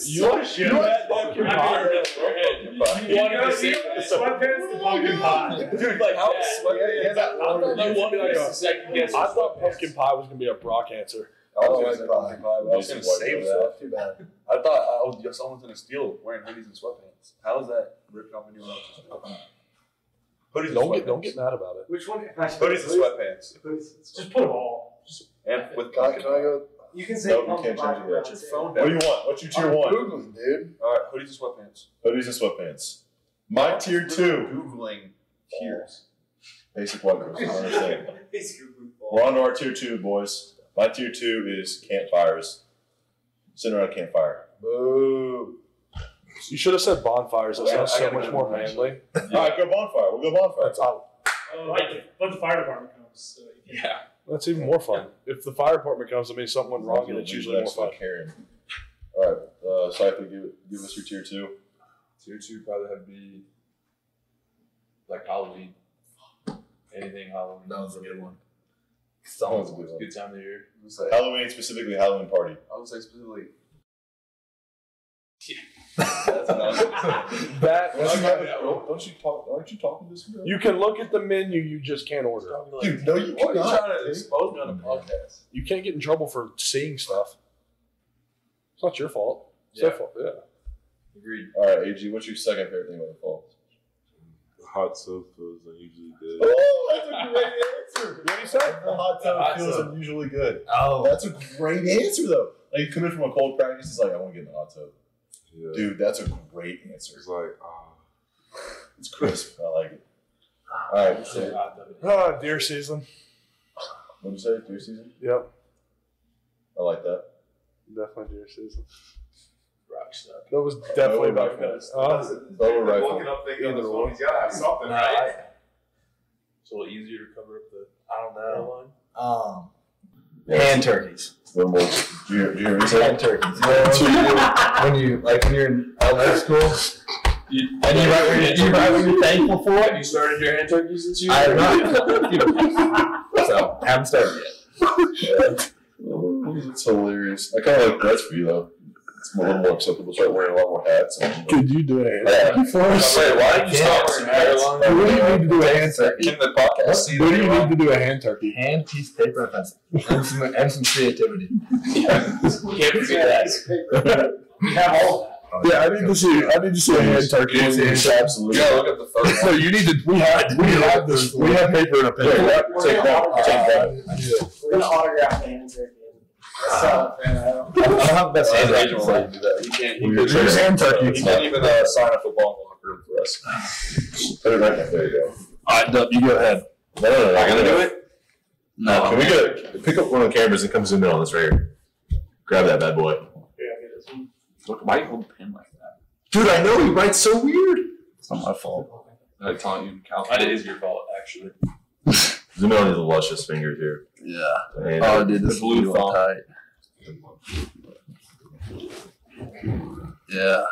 [SPEAKER 5] You
[SPEAKER 12] You had that
[SPEAKER 5] Pumpkin
[SPEAKER 12] I
[SPEAKER 5] pie.
[SPEAKER 12] mean, that's your head.
[SPEAKER 10] You
[SPEAKER 12] You wanted to see
[SPEAKER 5] *laughs*
[SPEAKER 10] sweatpants to pumpkin pie.
[SPEAKER 12] Dude, like
[SPEAKER 4] How
[SPEAKER 12] that.
[SPEAKER 4] sweatpants?
[SPEAKER 12] I thought you wanted us to second guess.
[SPEAKER 5] I
[SPEAKER 12] his
[SPEAKER 5] thought
[SPEAKER 12] sweatpants.
[SPEAKER 5] pumpkin pie was gonna be a Brock answer.
[SPEAKER 4] I was
[SPEAKER 8] Oh,
[SPEAKER 4] gonna
[SPEAKER 8] like
[SPEAKER 4] say pumpkin pie, but I was gonna
[SPEAKER 2] Basically,
[SPEAKER 4] save
[SPEAKER 2] white
[SPEAKER 4] that.
[SPEAKER 8] too bad.
[SPEAKER 4] I thought I was, someone's gonna steal wearing hoodies and sweatpants. How is that ripped off anyone else's? Hoodies
[SPEAKER 5] Don't
[SPEAKER 4] and
[SPEAKER 5] get don't
[SPEAKER 4] sweatpants.
[SPEAKER 5] get mad about it.
[SPEAKER 13] Which one?
[SPEAKER 4] hoodies and sweatpants,
[SPEAKER 10] Just put them all.
[SPEAKER 4] and with
[SPEAKER 8] Can I,
[SPEAKER 4] pumpkin
[SPEAKER 8] can I
[SPEAKER 4] pie.
[SPEAKER 8] go
[SPEAKER 13] You can say
[SPEAKER 2] No, you
[SPEAKER 13] pumpkin
[SPEAKER 2] can't
[SPEAKER 13] pie.
[SPEAKER 2] change it
[SPEAKER 13] but
[SPEAKER 2] yet.
[SPEAKER 13] I'd say-
[SPEAKER 4] Phone
[SPEAKER 2] What do
[SPEAKER 4] down.
[SPEAKER 2] you want? What's your tier
[SPEAKER 8] I'm
[SPEAKER 2] one?
[SPEAKER 8] Googling, dude.
[SPEAKER 4] All right, hoodies and sweatpants.
[SPEAKER 2] Hoodies and sweatpants. My tier two.
[SPEAKER 4] Googling tears.
[SPEAKER 2] Basic white girls. I don't understand.
[SPEAKER 13] It's Google
[SPEAKER 2] We're on to our tier two, boys. My tier two is campfires. Sitting around a campfire.
[SPEAKER 8] Boo.
[SPEAKER 5] You should have said bonfires. That
[SPEAKER 4] Yeah,
[SPEAKER 5] sounds
[SPEAKER 4] I
[SPEAKER 5] so
[SPEAKER 4] gotta
[SPEAKER 5] much
[SPEAKER 4] go
[SPEAKER 5] more
[SPEAKER 4] to the
[SPEAKER 5] manly.
[SPEAKER 2] All right, go bonfire. We'll go bonfire.
[SPEAKER 5] That's out.
[SPEAKER 10] Oh, like let the fire department come. So you can-
[SPEAKER 12] Yeah.
[SPEAKER 5] That's even more fun. If the fire department comes, I mean, something went wrong, and it's usually more
[SPEAKER 2] Next
[SPEAKER 5] fun.
[SPEAKER 2] to Karen. All right, uh, Cypher, give, give us your tier two.
[SPEAKER 12] Tier two probably have to be like Halloween. Anything Halloween.
[SPEAKER 8] That was a good one.
[SPEAKER 2] That was a good
[SPEAKER 12] It's a
[SPEAKER 2] one.
[SPEAKER 12] good time of year.
[SPEAKER 4] I would say, I
[SPEAKER 2] Halloween, specifically Halloween party.
[SPEAKER 4] would say specifically.
[SPEAKER 5] *laughs* That
[SPEAKER 2] Don't you,
[SPEAKER 12] Okay.
[SPEAKER 2] don't, don't you talk? Aren't you talking to this girl?
[SPEAKER 5] you can look at the menu, you just can't order.
[SPEAKER 2] Dude, no, you
[SPEAKER 4] What are you
[SPEAKER 2] cannot,
[SPEAKER 4] trying to
[SPEAKER 2] dude.
[SPEAKER 4] expose me on a podcast?
[SPEAKER 5] You can't get in trouble for seeing stuff. It's not your fault. It's
[SPEAKER 12] Yeah.
[SPEAKER 5] their fault. Yeah.
[SPEAKER 12] Agreed.
[SPEAKER 2] All right, AG, what's your second favorite thing about the fall?
[SPEAKER 7] Hot tub feels unusually good.
[SPEAKER 2] Oh, that's a great answer.
[SPEAKER 5] What do you say?
[SPEAKER 2] The hot tub
[SPEAKER 12] Hot
[SPEAKER 2] feels
[SPEAKER 12] tub.
[SPEAKER 2] unusually good.
[SPEAKER 8] Oh.
[SPEAKER 2] That's a great answer, though. Like, coming from a cold practice, it's like, I want to get in the hot tub.
[SPEAKER 7] Yeah.
[SPEAKER 2] Dude, that's a great answer.
[SPEAKER 7] It's like, ah.
[SPEAKER 2] It's crisp. I like it. All right.
[SPEAKER 12] Say
[SPEAKER 2] So,
[SPEAKER 12] hot tub.
[SPEAKER 5] Ah, deer season.
[SPEAKER 2] what did you say? Deer season?
[SPEAKER 5] Yep.
[SPEAKER 2] I like that.
[SPEAKER 5] Definitely deer season.
[SPEAKER 7] Rock stuff.
[SPEAKER 5] That was definitely
[SPEAKER 2] Boa
[SPEAKER 5] about
[SPEAKER 2] rifle.
[SPEAKER 5] Huh?
[SPEAKER 2] Boa
[SPEAKER 4] They're
[SPEAKER 2] rifle.
[SPEAKER 4] walking up thinking,
[SPEAKER 5] Either
[SPEAKER 4] "Oh,
[SPEAKER 5] one.
[SPEAKER 4] he's gotta have something, right?
[SPEAKER 7] It's a little easier to cover up the
[SPEAKER 12] I don't know.
[SPEAKER 7] airline.
[SPEAKER 12] Um, and turkeys.
[SPEAKER 2] Little more deer, deer
[SPEAKER 12] And
[SPEAKER 2] intake.
[SPEAKER 12] turkeys. when you like when you're in elementary school,
[SPEAKER 7] You,
[SPEAKER 12] and you write what you- you write what you're thankful for.
[SPEAKER 7] Have you started your hand turkeys this year?
[SPEAKER 12] I have not. you know, *laughs* so haven't started yet.
[SPEAKER 2] It's hilarious. I kind of like that for you though. It's a little more acceptable. Start wearing a lot more hats. And,
[SPEAKER 5] Could you do a
[SPEAKER 2] Yeah.
[SPEAKER 5] hand for us?
[SPEAKER 4] Wait, why did you stop
[SPEAKER 7] Some
[SPEAKER 4] wearing hats?
[SPEAKER 7] airline-
[SPEAKER 5] What do you need to do a hand turkey?
[SPEAKER 4] Can the podcast
[SPEAKER 5] What
[SPEAKER 4] see
[SPEAKER 5] what do
[SPEAKER 4] that
[SPEAKER 5] you
[SPEAKER 4] you're
[SPEAKER 5] need to do a hand turkey?
[SPEAKER 12] Hand piece paper and pencil, and some, and some creativity.
[SPEAKER 7] Can't forget
[SPEAKER 5] yeah,
[SPEAKER 7] that. Have all.
[SPEAKER 5] I need to see. I need to see a hand turkey.
[SPEAKER 2] absolutely.
[SPEAKER 4] Yeah, look at the photo.
[SPEAKER 5] No, you need to. We have. We have this. We have paper and a
[SPEAKER 2] Yeah,
[SPEAKER 5] pen.
[SPEAKER 2] that- take that. Take that.
[SPEAKER 3] We're gonna autograph Andy Griffin. So, man, I don't.
[SPEAKER 12] I don't have the best
[SPEAKER 2] Uh,
[SPEAKER 12] handwriting.
[SPEAKER 2] you
[SPEAKER 12] so-
[SPEAKER 2] can't do that. You can't. You
[SPEAKER 5] There's
[SPEAKER 2] can't-
[SPEAKER 5] hand turkey.
[SPEAKER 4] You can't even uh, sign a football in the locker room for us.
[SPEAKER 2] Put it right there. There you go.
[SPEAKER 5] All right, Dub, you go ahead.
[SPEAKER 2] No, no, no.
[SPEAKER 4] I gotta do
[SPEAKER 2] it. No. Can we get pick up one of the cameras that comes in on this right here? Grab that bad boy.
[SPEAKER 10] Yeah, I get this one.
[SPEAKER 2] Look, why hold a pen like that? Dude, I know he writes so weird. It's not my fault.
[SPEAKER 4] I taught you to count.
[SPEAKER 7] That is your fault,
[SPEAKER 2] *laughs*
[SPEAKER 7] actually.
[SPEAKER 2] Zoom in on these luscious fingers here.
[SPEAKER 8] Yeah.
[SPEAKER 2] And
[SPEAKER 8] Oh, dude, this
[SPEAKER 7] blue
[SPEAKER 8] blue *laughs*
[SPEAKER 7] font.
[SPEAKER 8] tight. Yeah.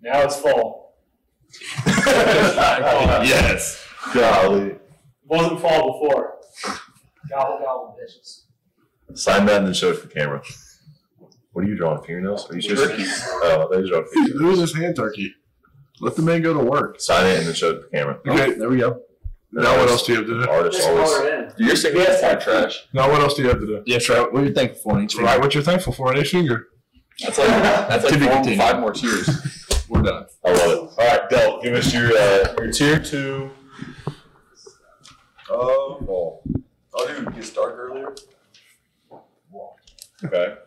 [SPEAKER 10] Now it's fall.
[SPEAKER 8] Uh,
[SPEAKER 2] yes. Golly.
[SPEAKER 10] It wasn't fall before. Gobble gobble bitches.
[SPEAKER 2] Sign that and then show it for camera. What are you drawing? Fingernails? Are you serious? Oh, they drawing fingernails.
[SPEAKER 5] There's this hand turkey. Let the man go to work.
[SPEAKER 2] Sign it and then show it for camera.
[SPEAKER 5] Okay, there we go. Now what else do you have to do?
[SPEAKER 2] Artists
[SPEAKER 3] Just
[SPEAKER 2] always.
[SPEAKER 3] color it in.
[SPEAKER 2] Dude, you're saying that's kind of trash.
[SPEAKER 5] Now what else do you have to do?
[SPEAKER 8] Yeah, sure. What are you thankful for in each
[SPEAKER 5] Write what you're thankful for on each finger.
[SPEAKER 8] That's like, that's like
[SPEAKER 5] To be
[SPEAKER 8] four-
[SPEAKER 5] continued.
[SPEAKER 8] five more tiers. We're done.
[SPEAKER 2] I love it. All right, Del, give us your uh, your tier two.
[SPEAKER 4] Oh, well. Oh, dude, it gets dark earlier.
[SPEAKER 2] Okay.
[SPEAKER 4] It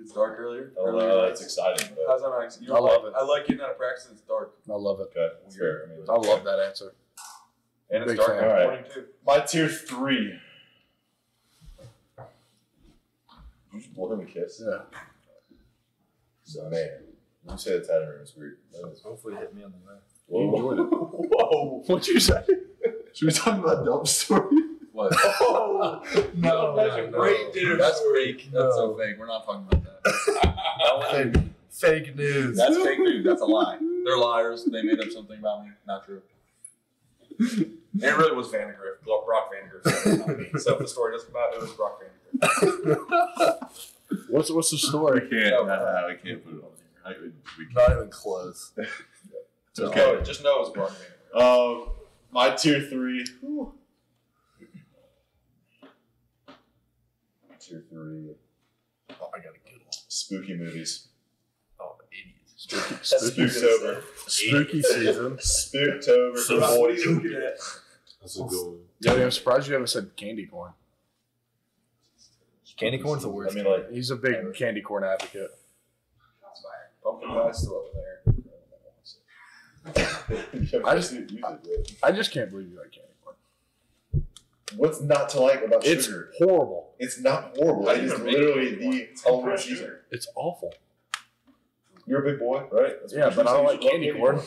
[SPEAKER 4] gets dark earlier.
[SPEAKER 7] Oh,
[SPEAKER 4] Earlier
[SPEAKER 2] Uh, it's
[SPEAKER 4] nights.
[SPEAKER 2] exciting. But
[SPEAKER 4] How's that not ex- you
[SPEAKER 5] I love
[SPEAKER 4] like- I like getting out of practice and it's dark.
[SPEAKER 5] I love it.
[SPEAKER 2] okay, it's fair. I mean,
[SPEAKER 5] I love that answer.
[SPEAKER 4] And it's
[SPEAKER 5] Big
[SPEAKER 4] dark
[SPEAKER 5] fan.
[SPEAKER 4] in the
[SPEAKER 2] All right.
[SPEAKER 4] morning, too.
[SPEAKER 2] My tier three. You should blow him a kiss.
[SPEAKER 5] Yeah.
[SPEAKER 2] So man, you say the tatted room is weird. That is-
[SPEAKER 12] Hopefully, hit me on the way.
[SPEAKER 5] You enjoyed it.
[SPEAKER 2] Whoa!
[SPEAKER 5] What'd you say?
[SPEAKER 2] Should we talk about dumb story?
[SPEAKER 8] What?
[SPEAKER 2] Oh,
[SPEAKER 8] No,
[SPEAKER 2] that's a great
[SPEAKER 8] dinner. That's fake. That's so fake. We're not talking about that.
[SPEAKER 5] Fake news.
[SPEAKER 8] That's fake news. That's
[SPEAKER 2] *laughs*
[SPEAKER 8] a lie. They're liars. They made up something about me. Not true.
[SPEAKER 4] And it really was Vandegrift, Bro- Brock Vandegrift. not me. so if the story doesn't matter, it was Brock Vandegrift.
[SPEAKER 5] What's what's the *laughs* story?
[SPEAKER 2] can't. uh, we can't put it on here. I, we, we can't.
[SPEAKER 8] Not even close.
[SPEAKER 4] Just,
[SPEAKER 2] Okay.
[SPEAKER 4] know, just know it was Brock Vandegrift.
[SPEAKER 2] Um, my tier three. Tier three. Oh, I got a good one. Spooky movies. Oh, idiot. Spooktober.
[SPEAKER 5] Spooky season.
[SPEAKER 2] Spooktober for boys.
[SPEAKER 4] That's a good one.
[SPEAKER 5] Yeah, I'm surprised you haven't said candy corn.
[SPEAKER 12] Candy corn's the worst.
[SPEAKER 2] I mean, like,
[SPEAKER 5] He's a big candy corn advocate.
[SPEAKER 4] Pumpkin pie's still over there.
[SPEAKER 5] I
[SPEAKER 2] I
[SPEAKER 5] just-
[SPEAKER 2] just use it. dude.
[SPEAKER 5] I just can't believe you like candy corn.
[SPEAKER 2] What's not to like about
[SPEAKER 5] It's
[SPEAKER 2] sugar?
[SPEAKER 5] horrible.
[SPEAKER 2] It's not horrible.
[SPEAKER 4] How
[SPEAKER 2] It
[SPEAKER 4] do you
[SPEAKER 2] is
[SPEAKER 4] even make
[SPEAKER 2] literally
[SPEAKER 4] it anymore?
[SPEAKER 2] the only sugar.
[SPEAKER 5] It's awful.
[SPEAKER 2] You're a big boy, right? That's
[SPEAKER 5] Yeah,
[SPEAKER 2] what
[SPEAKER 5] but I don't
[SPEAKER 2] you
[SPEAKER 5] like
[SPEAKER 2] say. You
[SPEAKER 5] candy
[SPEAKER 2] love
[SPEAKER 5] corn.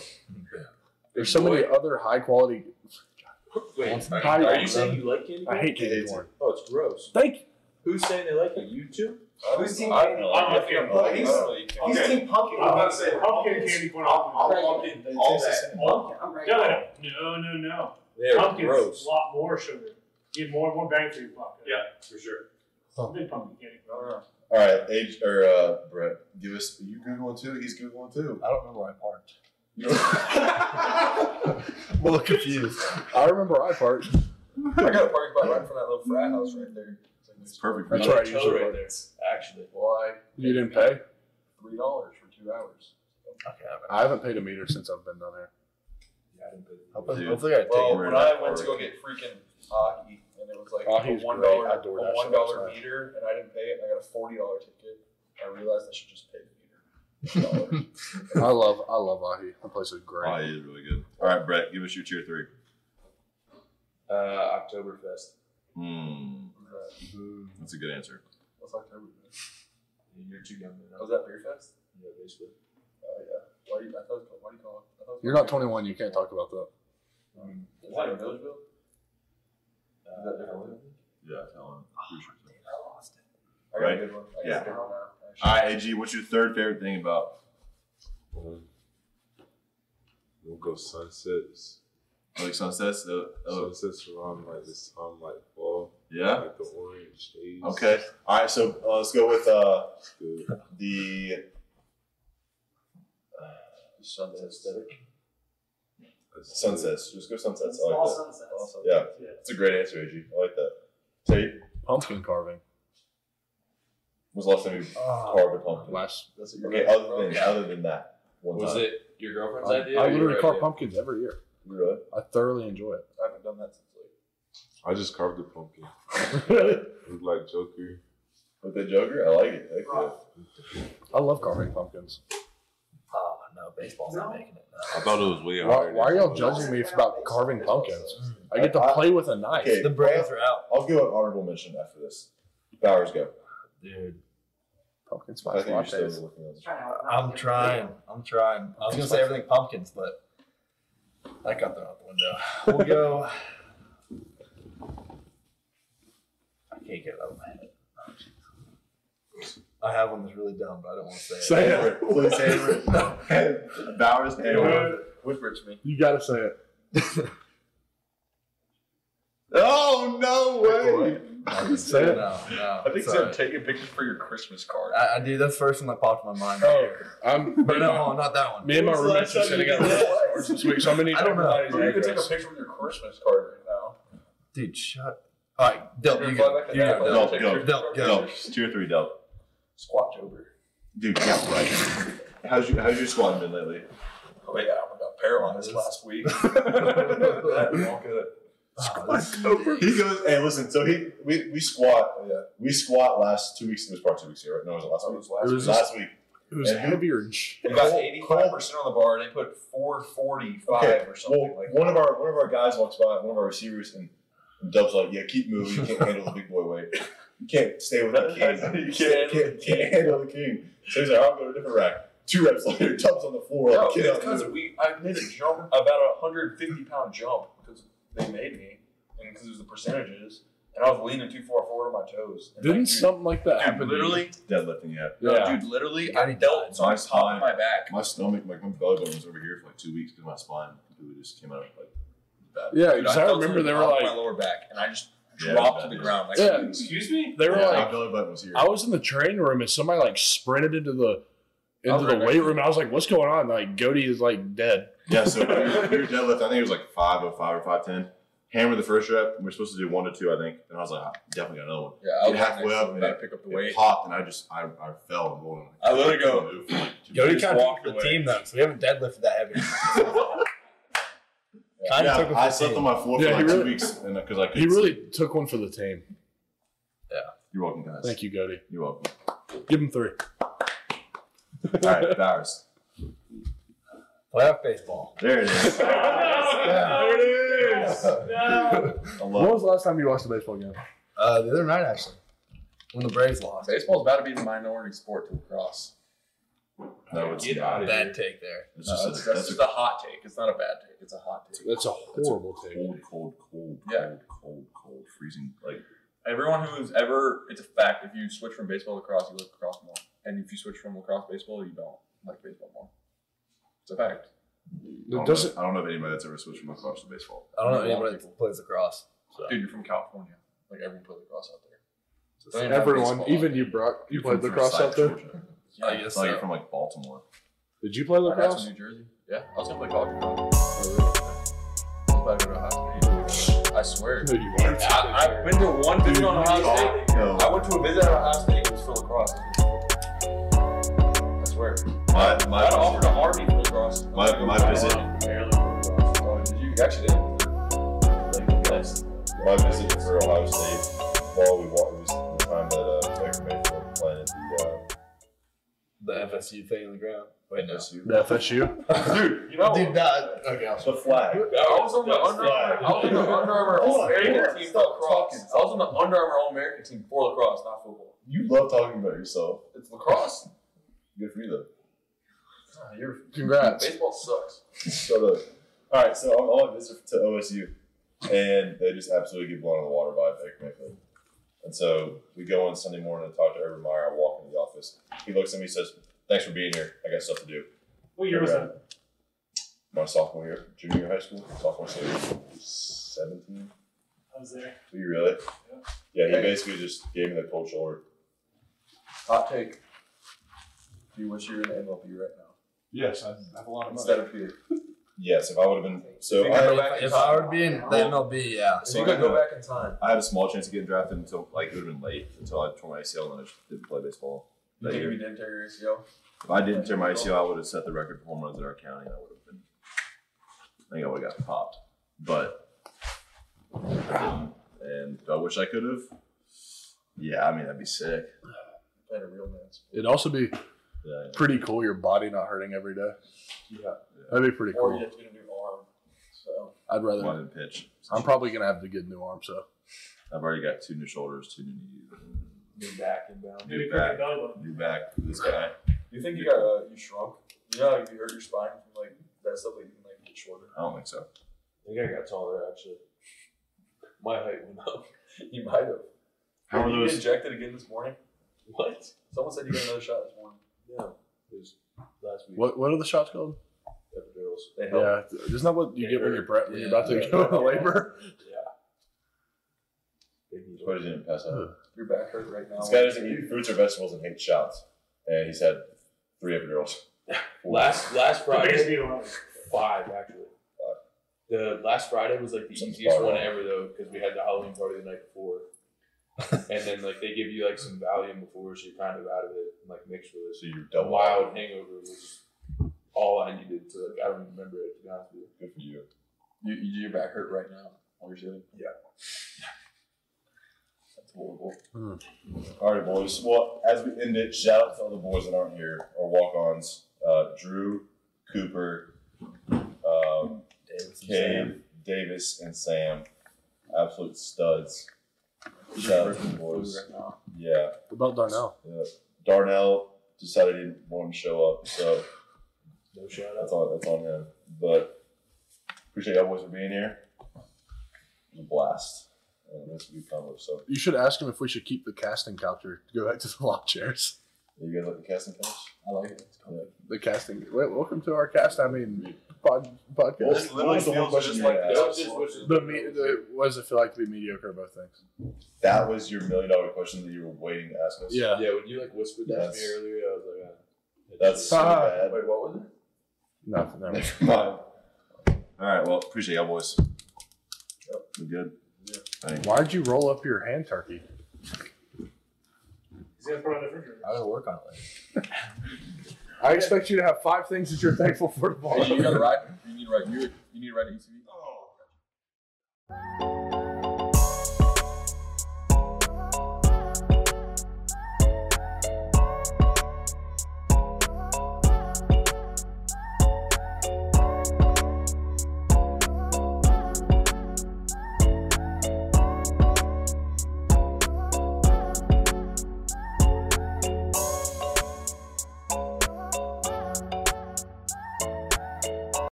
[SPEAKER 5] There's so many other high quality.
[SPEAKER 7] Wait,
[SPEAKER 5] Hi-
[SPEAKER 7] are you saying you like candy?
[SPEAKER 5] I hate
[SPEAKER 2] He
[SPEAKER 5] candy
[SPEAKER 2] hates
[SPEAKER 5] corn.
[SPEAKER 7] Oh, it's gross.
[SPEAKER 5] Thank you.
[SPEAKER 7] Who's saying they like it? You two?
[SPEAKER 4] Who's team
[SPEAKER 2] I
[SPEAKER 4] Candy?
[SPEAKER 2] don't like
[SPEAKER 4] I don't know if
[SPEAKER 2] it.
[SPEAKER 4] you're
[SPEAKER 2] Oh,
[SPEAKER 4] He's team pumpkin. I'm about to say
[SPEAKER 10] Pumpkin candy corn. All
[SPEAKER 2] It tastes the same.
[SPEAKER 3] Pumpkin, I'm right.
[SPEAKER 10] No, no, no, no.
[SPEAKER 7] They are
[SPEAKER 10] Pumpkin's
[SPEAKER 7] gross.
[SPEAKER 10] a lot more sugar. You get more, more bang for your buck.
[SPEAKER 7] Yeah, for sure.
[SPEAKER 10] I'm a big pumpkin candy corn.
[SPEAKER 2] All right, age or uh, Brett, give us. You googling too? He's googling too.
[SPEAKER 12] I don't remember where I parked.
[SPEAKER 8] *laughs*
[SPEAKER 2] You don't-
[SPEAKER 5] I'm a little confused. I remember I part.
[SPEAKER 4] I got a parking spot right in front of that little frat house right there. It's like
[SPEAKER 2] it's perfect.
[SPEAKER 5] That's
[SPEAKER 7] Another
[SPEAKER 5] right,
[SPEAKER 7] toe
[SPEAKER 5] usually
[SPEAKER 7] right
[SPEAKER 5] work.
[SPEAKER 7] there. Actually,
[SPEAKER 4] Why
[SPEAKER 5] You didn't pay?
[SPEAKER 4] three dollars for two hours?
[SPEAKER 5] I haven't paid a meter since I've been down there.
[SPEAKER 2] Dude.
[SPEAKER 12] Hopefully, I take
[SPEAKER 2] you
[SPEAKER 4] Well,
[SPEAKER 2] were
[SPEAKER 4] when
[SPEAKER 2] not
[SPEAKER 4] I went to go
[SPEAKER 2] worried.
[SPEAKER 4] get freaking hockey, and it was like a
[SPEAKER 5] Hockey's
[SPEAKER 4] one
[SPEAKER 5] great.
[SPEAKER 4] dollar,
[SPEAKER 5] I
[SPEAKER 4] a
[SPEAKER 5] DoorDash it
[SPEAKER 4] one dollar
[SPEAKER 5] outside.
[SPEAKER 4] meter, and I didn't pay it, and I got a forty dollar ticket. I realized I should just pay the meter. $1.
[SPEAKER 5] I love, I love Ahi. The place is great.
[SPEAKER 2] Oh, he is really good. All right, Brett, give us your tier three.
[SPEAKER 7] uh, Oktoberfest.
[SPEAKER 2] Hmm, that's a good answer.
[SPEAKER 7] What's October? You're too young.
[SPEAKER 8] Was that beer fest?
[SPEAKER 7] Yeah, basically.
[SPEAKER 8] Oh yeah. Why do you? I thought. Why do you call it? I thought it
[SPEAKER 5] You're not 21. You can't talk about that.
[SPEAKER 8] Um,
[SPEAKER 7] Is that in Villageville?
[SPEAKER 8] Is that different?
[SPEAKER 2] Yeah, tell him.
[SPEAKER 8] I lost it.
[SPEAKER 2] Right? Yeah. Uh, All right, AG, what's your third favorite thing about?
[SPEAKER 7] Um, We'll go sunsets.
[SPEAKER 2] Like sunsets? Uh, oh.
[SPEAKER 7] Sunsets around like this time, like fall.
[SPEAKER 2] Yeah?
[SPEAKER 7] Like the orange days.
[SPEAKER 2] Okay. All right, so uh, let's go with uh, the.
[SPEAKER 8] Sunset aesthetic.
[SPEAKER 2] Sunsets. Just go sunsets. I
[SPEAKER 14] All
[SPEAKER 2] like that.
[SPEAKER 14] sunsets.
[SPEAKER 2] Yeah, it's a great answer, AG. I like that. Tate,
[SPEAKER 5] Pumpkin carving.
[SPEAKER 2] was the last time you carved a pumpkin?
[SPEAKER 5] Last.
[SPEAKER 8] That's what
[SPEAKER 2] Okay, other than other than that, one
[SPEAKER 15] Was
[SPEAKER 2] time.
[SPEAKER 15] it your girlfriend's
[SPEAKER 5] I,
[SPEAKER 15] idea?
[SPEAKER 5] I
[SPEAKER 15] or your
[SPEAKER 5] literally carve
[SPEAKER 15] idea?
[SPEAKER 5] pumpkins every year.
[SPEAKER 2] Really?
[SPEAKER 5] I thoroughly enjoy it.
[SPEAKER 8] I haven't done that since like.
[SPEAKER 7] I just carved
[SPEAKER 2] *laughs*
[SPEAKER 7] a pumpkin. Looked like Joker.
[SPEAKER 2] With the Joker, I like it. Heck yeah.
[SPEAKER 5] I love carving pumpkins.
[SPEAKER 8] Oh no, baseball's
[SPEAKER 14] not
[SPEAKER 8] making it.
[SPEAKER 7] I thought it was way
[SPEAKER 5] Why,
[SPEAKER 7] harder.
[SPEAKER 5] why are y'all judging me about carving pumpkins? I get to play with a knife.
[SPEAKER 2] Okay,
[SPEAKER 8] The Braves are out,
[SPEAKER 2] I'll give an honorable mention after this. Bowers, go.
[SPEAKER 8] dude.
[SPEAKER 5] Pumpkin
[SPEAKER 2] I
[SPEAKER 5] spice
[SPEAKER 2] think you're still
[SPEAKER 5] lattes.
[SPEAKER 2] looking at this.
[SPEAKER 10] *laughs*
[SPEAKER 8] I'm trying. I'm trying. I was gonna say everything pumpkins, but I got that out the window. We'll go. I can't get it out of my head. I have one that's really dumb, but I don't want to say it.
[SPEAKER 5] Say it. *laughs*
[SPEAKER 2] Please hammer it. Bowers, hammer it.
[SPEAKER 8] Whisper it to me.
[SPEAKER 5] You gotta say it.
[SPEAKER 2] Oh, no way.
[SPEAKER 5] Say it.
[SPEAKER 8] No, no.
[SPEAKER 4] I think Sam,
[SPEAKER 8] sorry.
[SPEAKER 4] take a picture for your Christmas card.
[SPEAKER 8] I, I do. That's the first one that popped in my mind.
[SPEAKER 5] Oh, I'm.
[SPEAKER 8] *laughs* But no, not that one.
[SPEAKER 5] Me and my
[SPEAKER 4] When's the
[SPEAKER 5] roommates
[SPEAKER 4] last
[SPEAKER 5] are
[SPEAKER 4] time
[SPEAKER 5] sitting
[SPEAKER 4] you
[SPEAKER 5] at
[SPEAKER 4] did
[SPEAKER 5] the
[SPEAKER 4] that?
[SPEAKER 5] stores this week, so I'm gonna need
[SPEAKER 8] I don't know.
[SPEAKER 5] everybody's
[SPEAKER 4] Or you can take a
[SPEAKER 5] address.
[SPEAKER 4] picture of your Christmas card right now.
[SPEAKER 8] Dude, shut. All right, Del,
[SPEAKER 4] Fly
[SPEAKER 8] you go.
[SPEAKER 4] back to
[SPEAKER 8] You go.
[SPEAKER 4] Napa,
[SPEAKER 8] Del.
[SPEAKER 2] Del,
[SPEAKER 4] take
[SPEAKER 2] go.
[SPEAKER 4] your
[SPEAKER 8] Del, go.
[SPEAKER 2] Delp. It's Two or three delp.
[SPEAKER 4] Squatch over.
[SPEAKER 2] Dude, yeah, right. How's your how's your squad been lately?
[SPEAKER 4] Oh yeah, I got paralyzed
[SPEAKER 2] *laughs*
[SPEAKER 4] last week.
[SPEAKER 2] He goes, hey, listen. So he we, we squat
[SPEAKER 4] Oh, yeah.
[SPEAKER 2] we squat last two weeks. It was probably two weeks ago, right? No, it was last
[SPEAKER 4] That
[SPEAKER 2] week.
[SPEAKER 4] was last
[SPEAKER 5] It
[SPEAKER 4] week.
[SPEAKER 5] was
[SPEAKER 2] last week.
[SPEAKER 5] It was
[SPEAKER 2] And who-
[SPEAKER 5] heavier. than sh-
[SPEAKER 4] It got eighty-five percent on the bar, and they put four forty-five
[SPEAKER 2] Okay,
[SPEAKER 4] or something
[SPEAKER 2] Well,
[SPEAKER 4] like.
[SPEAKER 2] one of our one of our guys walks by, one of our receivers, and Dub's like, "Yeah, keep moving. You can't handle the big boy weight. You can't stay with
[SPEAKER 4] *laughs*
[SPEAKER 2] that king. You can't, can't, can't handle the king." So he's like, "I'll go to a different rack." Two reps later, *laughs* Dub's on the floor.
[SPEAKER 4] No,
[SPEAKER 2] like, "Get
[SPEAKER 4] it's
[SPEAKER 2] up,
[SPEAKER 4] because
[SPEAKER 2] dude."
[SPEAKER 4] we I made a jump about a hundred fifty pound jump because they made me, and because it was the percentages, and I was leaning too far forward on my toes. And
[SPEAKER 5] Didn't
[SPEAKER 4] like, dude,
[SPEAKER 5] something like that happen?
[SPEAKER 2] Dude,
[SPEAKER 5] to you?
[SPEAKER 2] literally deadlifting. Yeah,
[SPEAKER 4] no,
[SPEAKER 5] Yeah.
[SPEAKER 4] dude, literally,
[SPEAKER 8] Yeah,
[SPEAKER 4] I
[SPEAKER 8] he
[SPEAKER 4] dealt
[SPEAKER 2] My
[SPEAKER 4] on top of
[SPEAKER 2] spine,
[SPEAKER 4] my back.
[SPEAKER 2] my stomach, like my belly button was over here for like two weeks because my spine completely just came out like bad.
[SPEAKER 5] Yeah,
[SPEAKER 4] Dude,
[SPEAKER 5] because I
[SPEAKER 4] felt
[SPEAKER 5] remember
[SPEAKER 4] it
[SPEAKER 5] they were
[SPEAKER 4] on my
[SPEAKER 5] like,
[SPEAKER 4] lower back, and I just
[SPEAKER 2] Yeah,
[SPEAKER 4] dropped to
[SPEAKER 2] that
[SPEAKER 4] the
[SPEAKER 2] is-
[SPEAKER 4] ground. Like,
[SPEAKER 5] Yeah.
[SPEAKER 4] excuse me.
[SPEAKER 5] they were
[SPEAKER 2] Yeah,
[SPEAKER 5] like,
[SPEAKER 2] my belly button was here.
[SPEAKER 5] I was in the training room and somebody like sprinted into the
[SPEAKER 4] I was
[SPEAKER 5] into the
[SPEAKER 4] right next
[SPEAKER 5] weight
[SPEAKER 4] to
[SPEAKER 5] room. And I was like, "What's going on?" Like Goaty is like dead.
[SPEAKER 2] Yeah, so we were we were deadlift. I think it was like five oh five or five ten. Hammer the first rep. We were supposed to do one to two, I think. And I was like, I definitely got another one.
[SPEAKER 4] Yeah, I was
[SPEAKER 2] Get
[SPEAKER 4] right
[SPEAKER 2] halfway
[SPEAKER 4] next to
[SPEAKER 2] up
[SPEAKER 4] him,
[SPEAKER 2] and
[SPEAKER 4] about to pick up the
[SPEAKER 2] It
[SPEAKER 4] weight.
[SPEAKER 2] popped, and I just I, I fell and rolled.
[SPEAKER 4] I literally go-
[SPEAKER 2] Move for, like, two
[SPEAKER 8] Jody
[SPEAKER 2] minutes.
[SPEAKER 8] kind of
[SPEAKER 2] Walked
[SPEAKER 8] took the
[SPEAKER 2] away.
[SPEAKER 4] *laughs*
[SPEAKER 8] team though, so we haven't deadlifted that
[SPEAKER 2] *laughs*
[SPEAKER 8] heavy. Kinda
[SPEAKER 2] Yeah,
[SPEAKER 8] took it for
[SPEAKER 2] I
[SPEAKER 8] the
[SPEAKER 2] slept
[SPEAKER 8] team.
[SPEAKER 2] on my floor for
[SPEAKER 5] Yeah, he
[SPEAKER 2] like two
[SPEAKER 5] really-
[SPEAKER 2] weeks, and because I could.
[SPEAKER 5] He really took one for the team.
[SPEAKER 2] You're welcome, guys.
[SPEAKER 5] Thank you, Goaty.
[SPEAKER 2] You're welcome.
[SPEAKER 5] Give him three.
[SPEAKER 2] All right, Bowers.
[SPEAKER 8] Playoff baseball.
[SPEAKER 2] There it is.
[SPEAKER 8] There
[SPEAKER 10] it
[SPEAKER 2] is.
[SPEAKER 10] No.
[SPEAKER 2] I
[SPEAKER 5] When
[SPEAKER 2] love.
[SPEAKER 5] was the last time you watched a baseball game?
[SPEAKER 8] Uh, the other night actually, when the Braves lost.
[SPEAKER 4] Baseball's about to be the minority sport to lacrosse.
[SPEAKER 2] It. No, it's
[SPEAKER 4] Get
[SPEAKER 2] not.
[SPEAKER 4] outta
[SPEAKER 2] It's
[SPEAKER 8] Bad take there.
[SPEAKER 2] just
[SPEAKER 4] Uh,
[SPEAKER 2] a,
[SPEAKER 4] that's,
[SPEAKER 2] that's
[SPEAKER 4] just
[SPEAKER 2] a
[SPEAKER 4] a hot take. It's not a bad take. It's a hot take.
[SPEAKER 5] That's a horrible take.
[SPEAKER 2] cold, cold, cold,
[SPEAKER 4] Yeah.
[SPEAKER 2] cold, cold, cold, freezing. Like
[SPEAKER 4] Everyone who's ever, it's a fact. If you switch from baseball to lacrosse, you like lacrosse more. And if you switch from lacrosse to baseball, you don't like baseball more. It's a fact.
[SPEAKER 2] I don't,
[SPEAKER 5] It doesn't.
[SPEAKER 2] know, I don't know of anybody that's ever switched from lacrosse to baseball.
[SPEAKER 8] I don't
[SPEAKER 4] A
[SPEAKER 8] know
[SPEAKER 4] lot of
[SPEAKER 8] anybody
[SPEAKER 4] people.
[SPEAKER 8] that plays across.
[SPEAKER 4] Dude, you're from California. Like everyone plays lacrosse out there. They don't have
[SPEAKER 5] Everyone,
[SPEAKER 4] baseball out
[SPEAKER 5] even
[SPEAKER 4] there.
[SPEAKER 5] you, Brock. You
[SPEAKER 2] You're
[SPEAKER 5] played
[SPEAKER 2] from
[SPEAKER 5] lacrosse
[SPEAKER 2] Forsyth,
[SPEAKER 5] out there.
[SPEAKER 2] Georgia.
[SPEAKER 4] Yeah, I guess uh,
[SPEAKER 2] It's not like
[SPEAKER 4] so.
[SPEAKER 2] you're from like Baltimore.
[SPEAKER 5] Did you play
[SPEAKER 4] My dad's
[SPEAKER 5] lacrosse?
[SPEAKER 4] from New Jersey. Yeah, I was gonna play college. I was about to go to Ohio State. I *laughs* swear.
[SPEAKER 5] No, you weren't.
[SPEAKER 4] I, I've been to one visit on Ohio State.
[SPEAKER 2] No.
[SPEAKER 4] I went to a visit at Ohio State. It was for lacrosse. I swear.
[SPEAKER 2] *laughs* My
[SPEAKER 4] I got
[SPEAKER 2] my
[SPEAKER 4] offered a Harvey for lacrosse.
[SPEAKER 2] my, my visit
[SPEAKER 4] Oh, did you? You actually did. Like, nice.
[SPEAKER 2] my visit for Ohio State. While we walked, it was the time that uh, Baker Mayfield was playing at the. Uh,
[SPEAKER 8] The FSU thing on the ground. Wait, no.
[SPEAKER 5] The FSU?
[SPEAKER 8] Dude, you know. Dude, that, okay, I'll
[SPEAKER 2] the flag.
[SPEAKER 12] I was on the Under Armour. I was on the Under Armour All American team for lacrosse. I was on the Under Armour All American team for lacrosse, not football.
[SPEAKER 2] You love talking about yourself.
[SPEAKER 12] It's lacrosse.
[SPEAKER 2] Good for you though. *laughs*
[SPEAKER 12] Ah, You're
[SPEAKER 5] Congrats.
[SPEAKER 12] Baseball sucks.
[SPEAKER 2] Shut up. All right, so I'm on a visit to OSU, and they just absolutely get blown out of the water by Baker Mayfield. And so we go on Sunday morning and talk to Urban Meyer. I walk into the office. He looks at me, says, "Thanks for being here. I got stuff to do."
[SPEAKER 10] What year was
[SPEAKER 2] Okay.
[SPEAKER 10] that?
[SPEAKER 2] My sophomore year, junior year of high school, sophomore year, seventeen.
[SPEAKER 10] I was there.
[SPEAKER 2] Were you really? Yeah. He basically just gave me the cold shoulder.
[SPEAKER 4] Hot take. Do you wish you were in the MLB right now?
[SPEAKER 5] Yes, I have a lot
[SPEAKER 4] Instead of here.
[SPEAKER 2] Yes, if I would have been so,
[SPEAKER 4] You
[SPEAKER 2] I,
[SPEAKER 4] gotta go
[SPEAKER 8] If, if I were to be in the MLB, yeah.
[SPEAKER 2] So
[SPEAKER 4] you
[SPEAKER 2] I
[SPEAKER 4] could go
[SPEAKER 2] know-
[SPEAKER 4] back in time.
[SPEAKER 2] I had a small chance of getting drafted until like it would have been late until I tore my ACL and I just didn't play baseball.
[SPEAKER 4] You
[SPEAKER 2] That
[SPEAKER 4] think if
[SPEAKER 2] year.
[SPEAKER 4] you did tear your ACL?
[SPEAKER 2] If I didn't tear my ACL, I would have set the record for home runs in our county. and I would have been. I think I would have got popped, but I didn't. And do I wish I could have. Yeah, I mean that'd be sick.
[SPEAKER 4] Played a real man's.
[SPEAKER 5] It'd also be
[SPEAKER 2] Yeah,
[SPEAKER 5] pretty cool your body not hurting every day.
[SPEAKER 4] Yeah.
[SPEAKER 5] That'd be pretty
[SPEAKER 4] Or
[SPEAKER 5] cool.
[SPEAKER 4] you have to get a new arm. So
[SPEAKER 5] I'd
[SPEAKER 2] yeah. Why
[SPEAKER 5] rather.
[SPEAKER 2] didn't pitch?
[SPEAKER 5] I'm probably going to have to get new arms, so.
[SPEAKER 2] I've already got two new shoulders, two new knees,
[SPEAKER 4] new back inbound.
[SPEAKER 10] Maybe
[SPEAKER 2] new
[SPEAKER 10] cricket
[SPEAKER 2] back,
[SPEAKER 10] belly button.
[SPEAKER 2] new back. for This guy.
[SPEAKER 4] You think you got uh, you shrunk? You know, how you hurt your spine from like that stuff that you can like get shorter.
[SPEAKER 2] I don't think so.
[SPEAKER 12] I think I got taller actually. My height went up.
[SPEAKER 4] You might have.
[SPEAKER 2] How are
[SPEAKER 4] Did you get
[SPEAKER 2] those?
[SPEAKER 4] injected again this morning?
[SPEAKER 12] What?
[SPEAKER 4] Someone said you got another shot this morning.
[SPEAKER 12] Yeah. It was last week.
[SPEAKER 5] What What are the shots called?
[SPEAKER 12] Epidurals.
[SPEAKER 4] They helped.
[SPEAKER 5] Yeah, isn't that what you get when you're bre- when you're about to
[SPEAKER 2] Yeah.
[SPEAKER 5] go
[SPEAKER 4] *laughs*
[SPEAKER 5] into labor?
[SPEAKER 12] They need
[SPEAKER 2] What is he gonna pass out?
[SPEAKER 4] Your back hurt right now.
[SPEAKER 2] This guy doesn't eat fruits or vegetables and hates shots. And he's had three epidurals.
[SPEAKER 12] *laughs* Last last
[SPEAKER 10] The biggest
[SPEAKER 12] Friday,
[SPEAKER 10] needle ever.
[SPEAKER 12] five actually. The last Friday was like the
[SPEAKER 2] Something's
[SPEAKER 12] easiest
[SPEAKER 2] far
[SPEAKER 12] one
[SPEAKER 2] wrong.
[SPEAKER 12] ever though, because we had the Halloween party the night before,
[SPEAKER 2] *laughs*
[SPEAKER 12] and then like they give you like some Valium before, so you're kind of out of it, and like mixed with
[SPEAKER 2] So you're
[SPEAKER 12] it. The
[SPEAKER 2] double.
[SPEAKER 12] wild hangover was all I needed to like. I don't even remember it to be honest with you.
[SPEAKER 2] Good for you.
[SPEAKER 4] You, you, your back hurt right now. While you're sitting.
[SPEAKER 2] That's horrible.
[SPEAKER 5] Hmm.
[SPEAKER 2] All right, boys. Well, as we end it, shout out to all the boys that aren't here or walk ons uh, Drew, Cooper, um, Cave, Davis, and Sam. Absolute studs. Shout out to the boys.
[SPEAKER 4] Right now.
[SPEAKER 2] Yeah.
[SPEAKER 5] What about Darnell?
[SPEAKER 2] yeah. Darnell decided he didn't want to show up. So.
[SPEAKER 12] No shout out.
[SPEAKER 2] That's on that's on him. But appreciate y'all boys for being here. It was a blast. Uh, this will be combo. So
[SPEAKER 5] You should ask him if we should keep the casting couch or go back to the lock chairs.
[SPEAKER 2] you guys like the casting couch?
[SPEAKER 4] I like it.
[SPEAKER 5] The casting. Wait, welcome to our cast. I mean, pod, podcast.
[SPEAKER 11] This literally
[SPEAKER 2] What was the one
[SPEAKER 11] feels
[SPEAKER 2] question
[SPEAKER 11] just
[SPEAKER 2] you
[SPEAKER 11] like
[SPEAKER 2] asked?
[SPEAKER 11] that.
[SPEAKER 12] was just- was just-
[SPEAKER 5] The, me, the what does it feel like to be mediocre at both things?
[SPEAKER 2] That was your million dollar question that you were waiting to ask us.
[SPEAKER 5] Yeah.
[SPEAKER 12] Yeah, when you like whispered that to me
[SPEAKER 2] Yes.
[SPEAKER 12] earlier, I was like, ah.
[SPEAKER 2] That's so
[SPEAKER 5] Ah.
[SPEAKER 2] bad.
[SPEAKER 4] Wait, what was it?
[SPEAKER 5] Nothing. Never mind.
[SPEAKER 2] *laughs* Never mind. All right. Well, appreciate y'all boys. We good.
[SPEAKER 5] Why'd you roll up your hand turkey?
[SPEAKER 10] He's gonna put it on the refrigerator.
[SPEAKER 8] I would work on it.
[SPEAKER 5] I expect you to have five things that you're
[SPEAKER 4] *laughs*
[SPEAKER 5] thankful for
[SPEAKER 4] Hey,
[SPEAKER 5] tomorrow.
[SPEAKER 4] you gotta ride. You need to ride. You, you need to ride an ATV.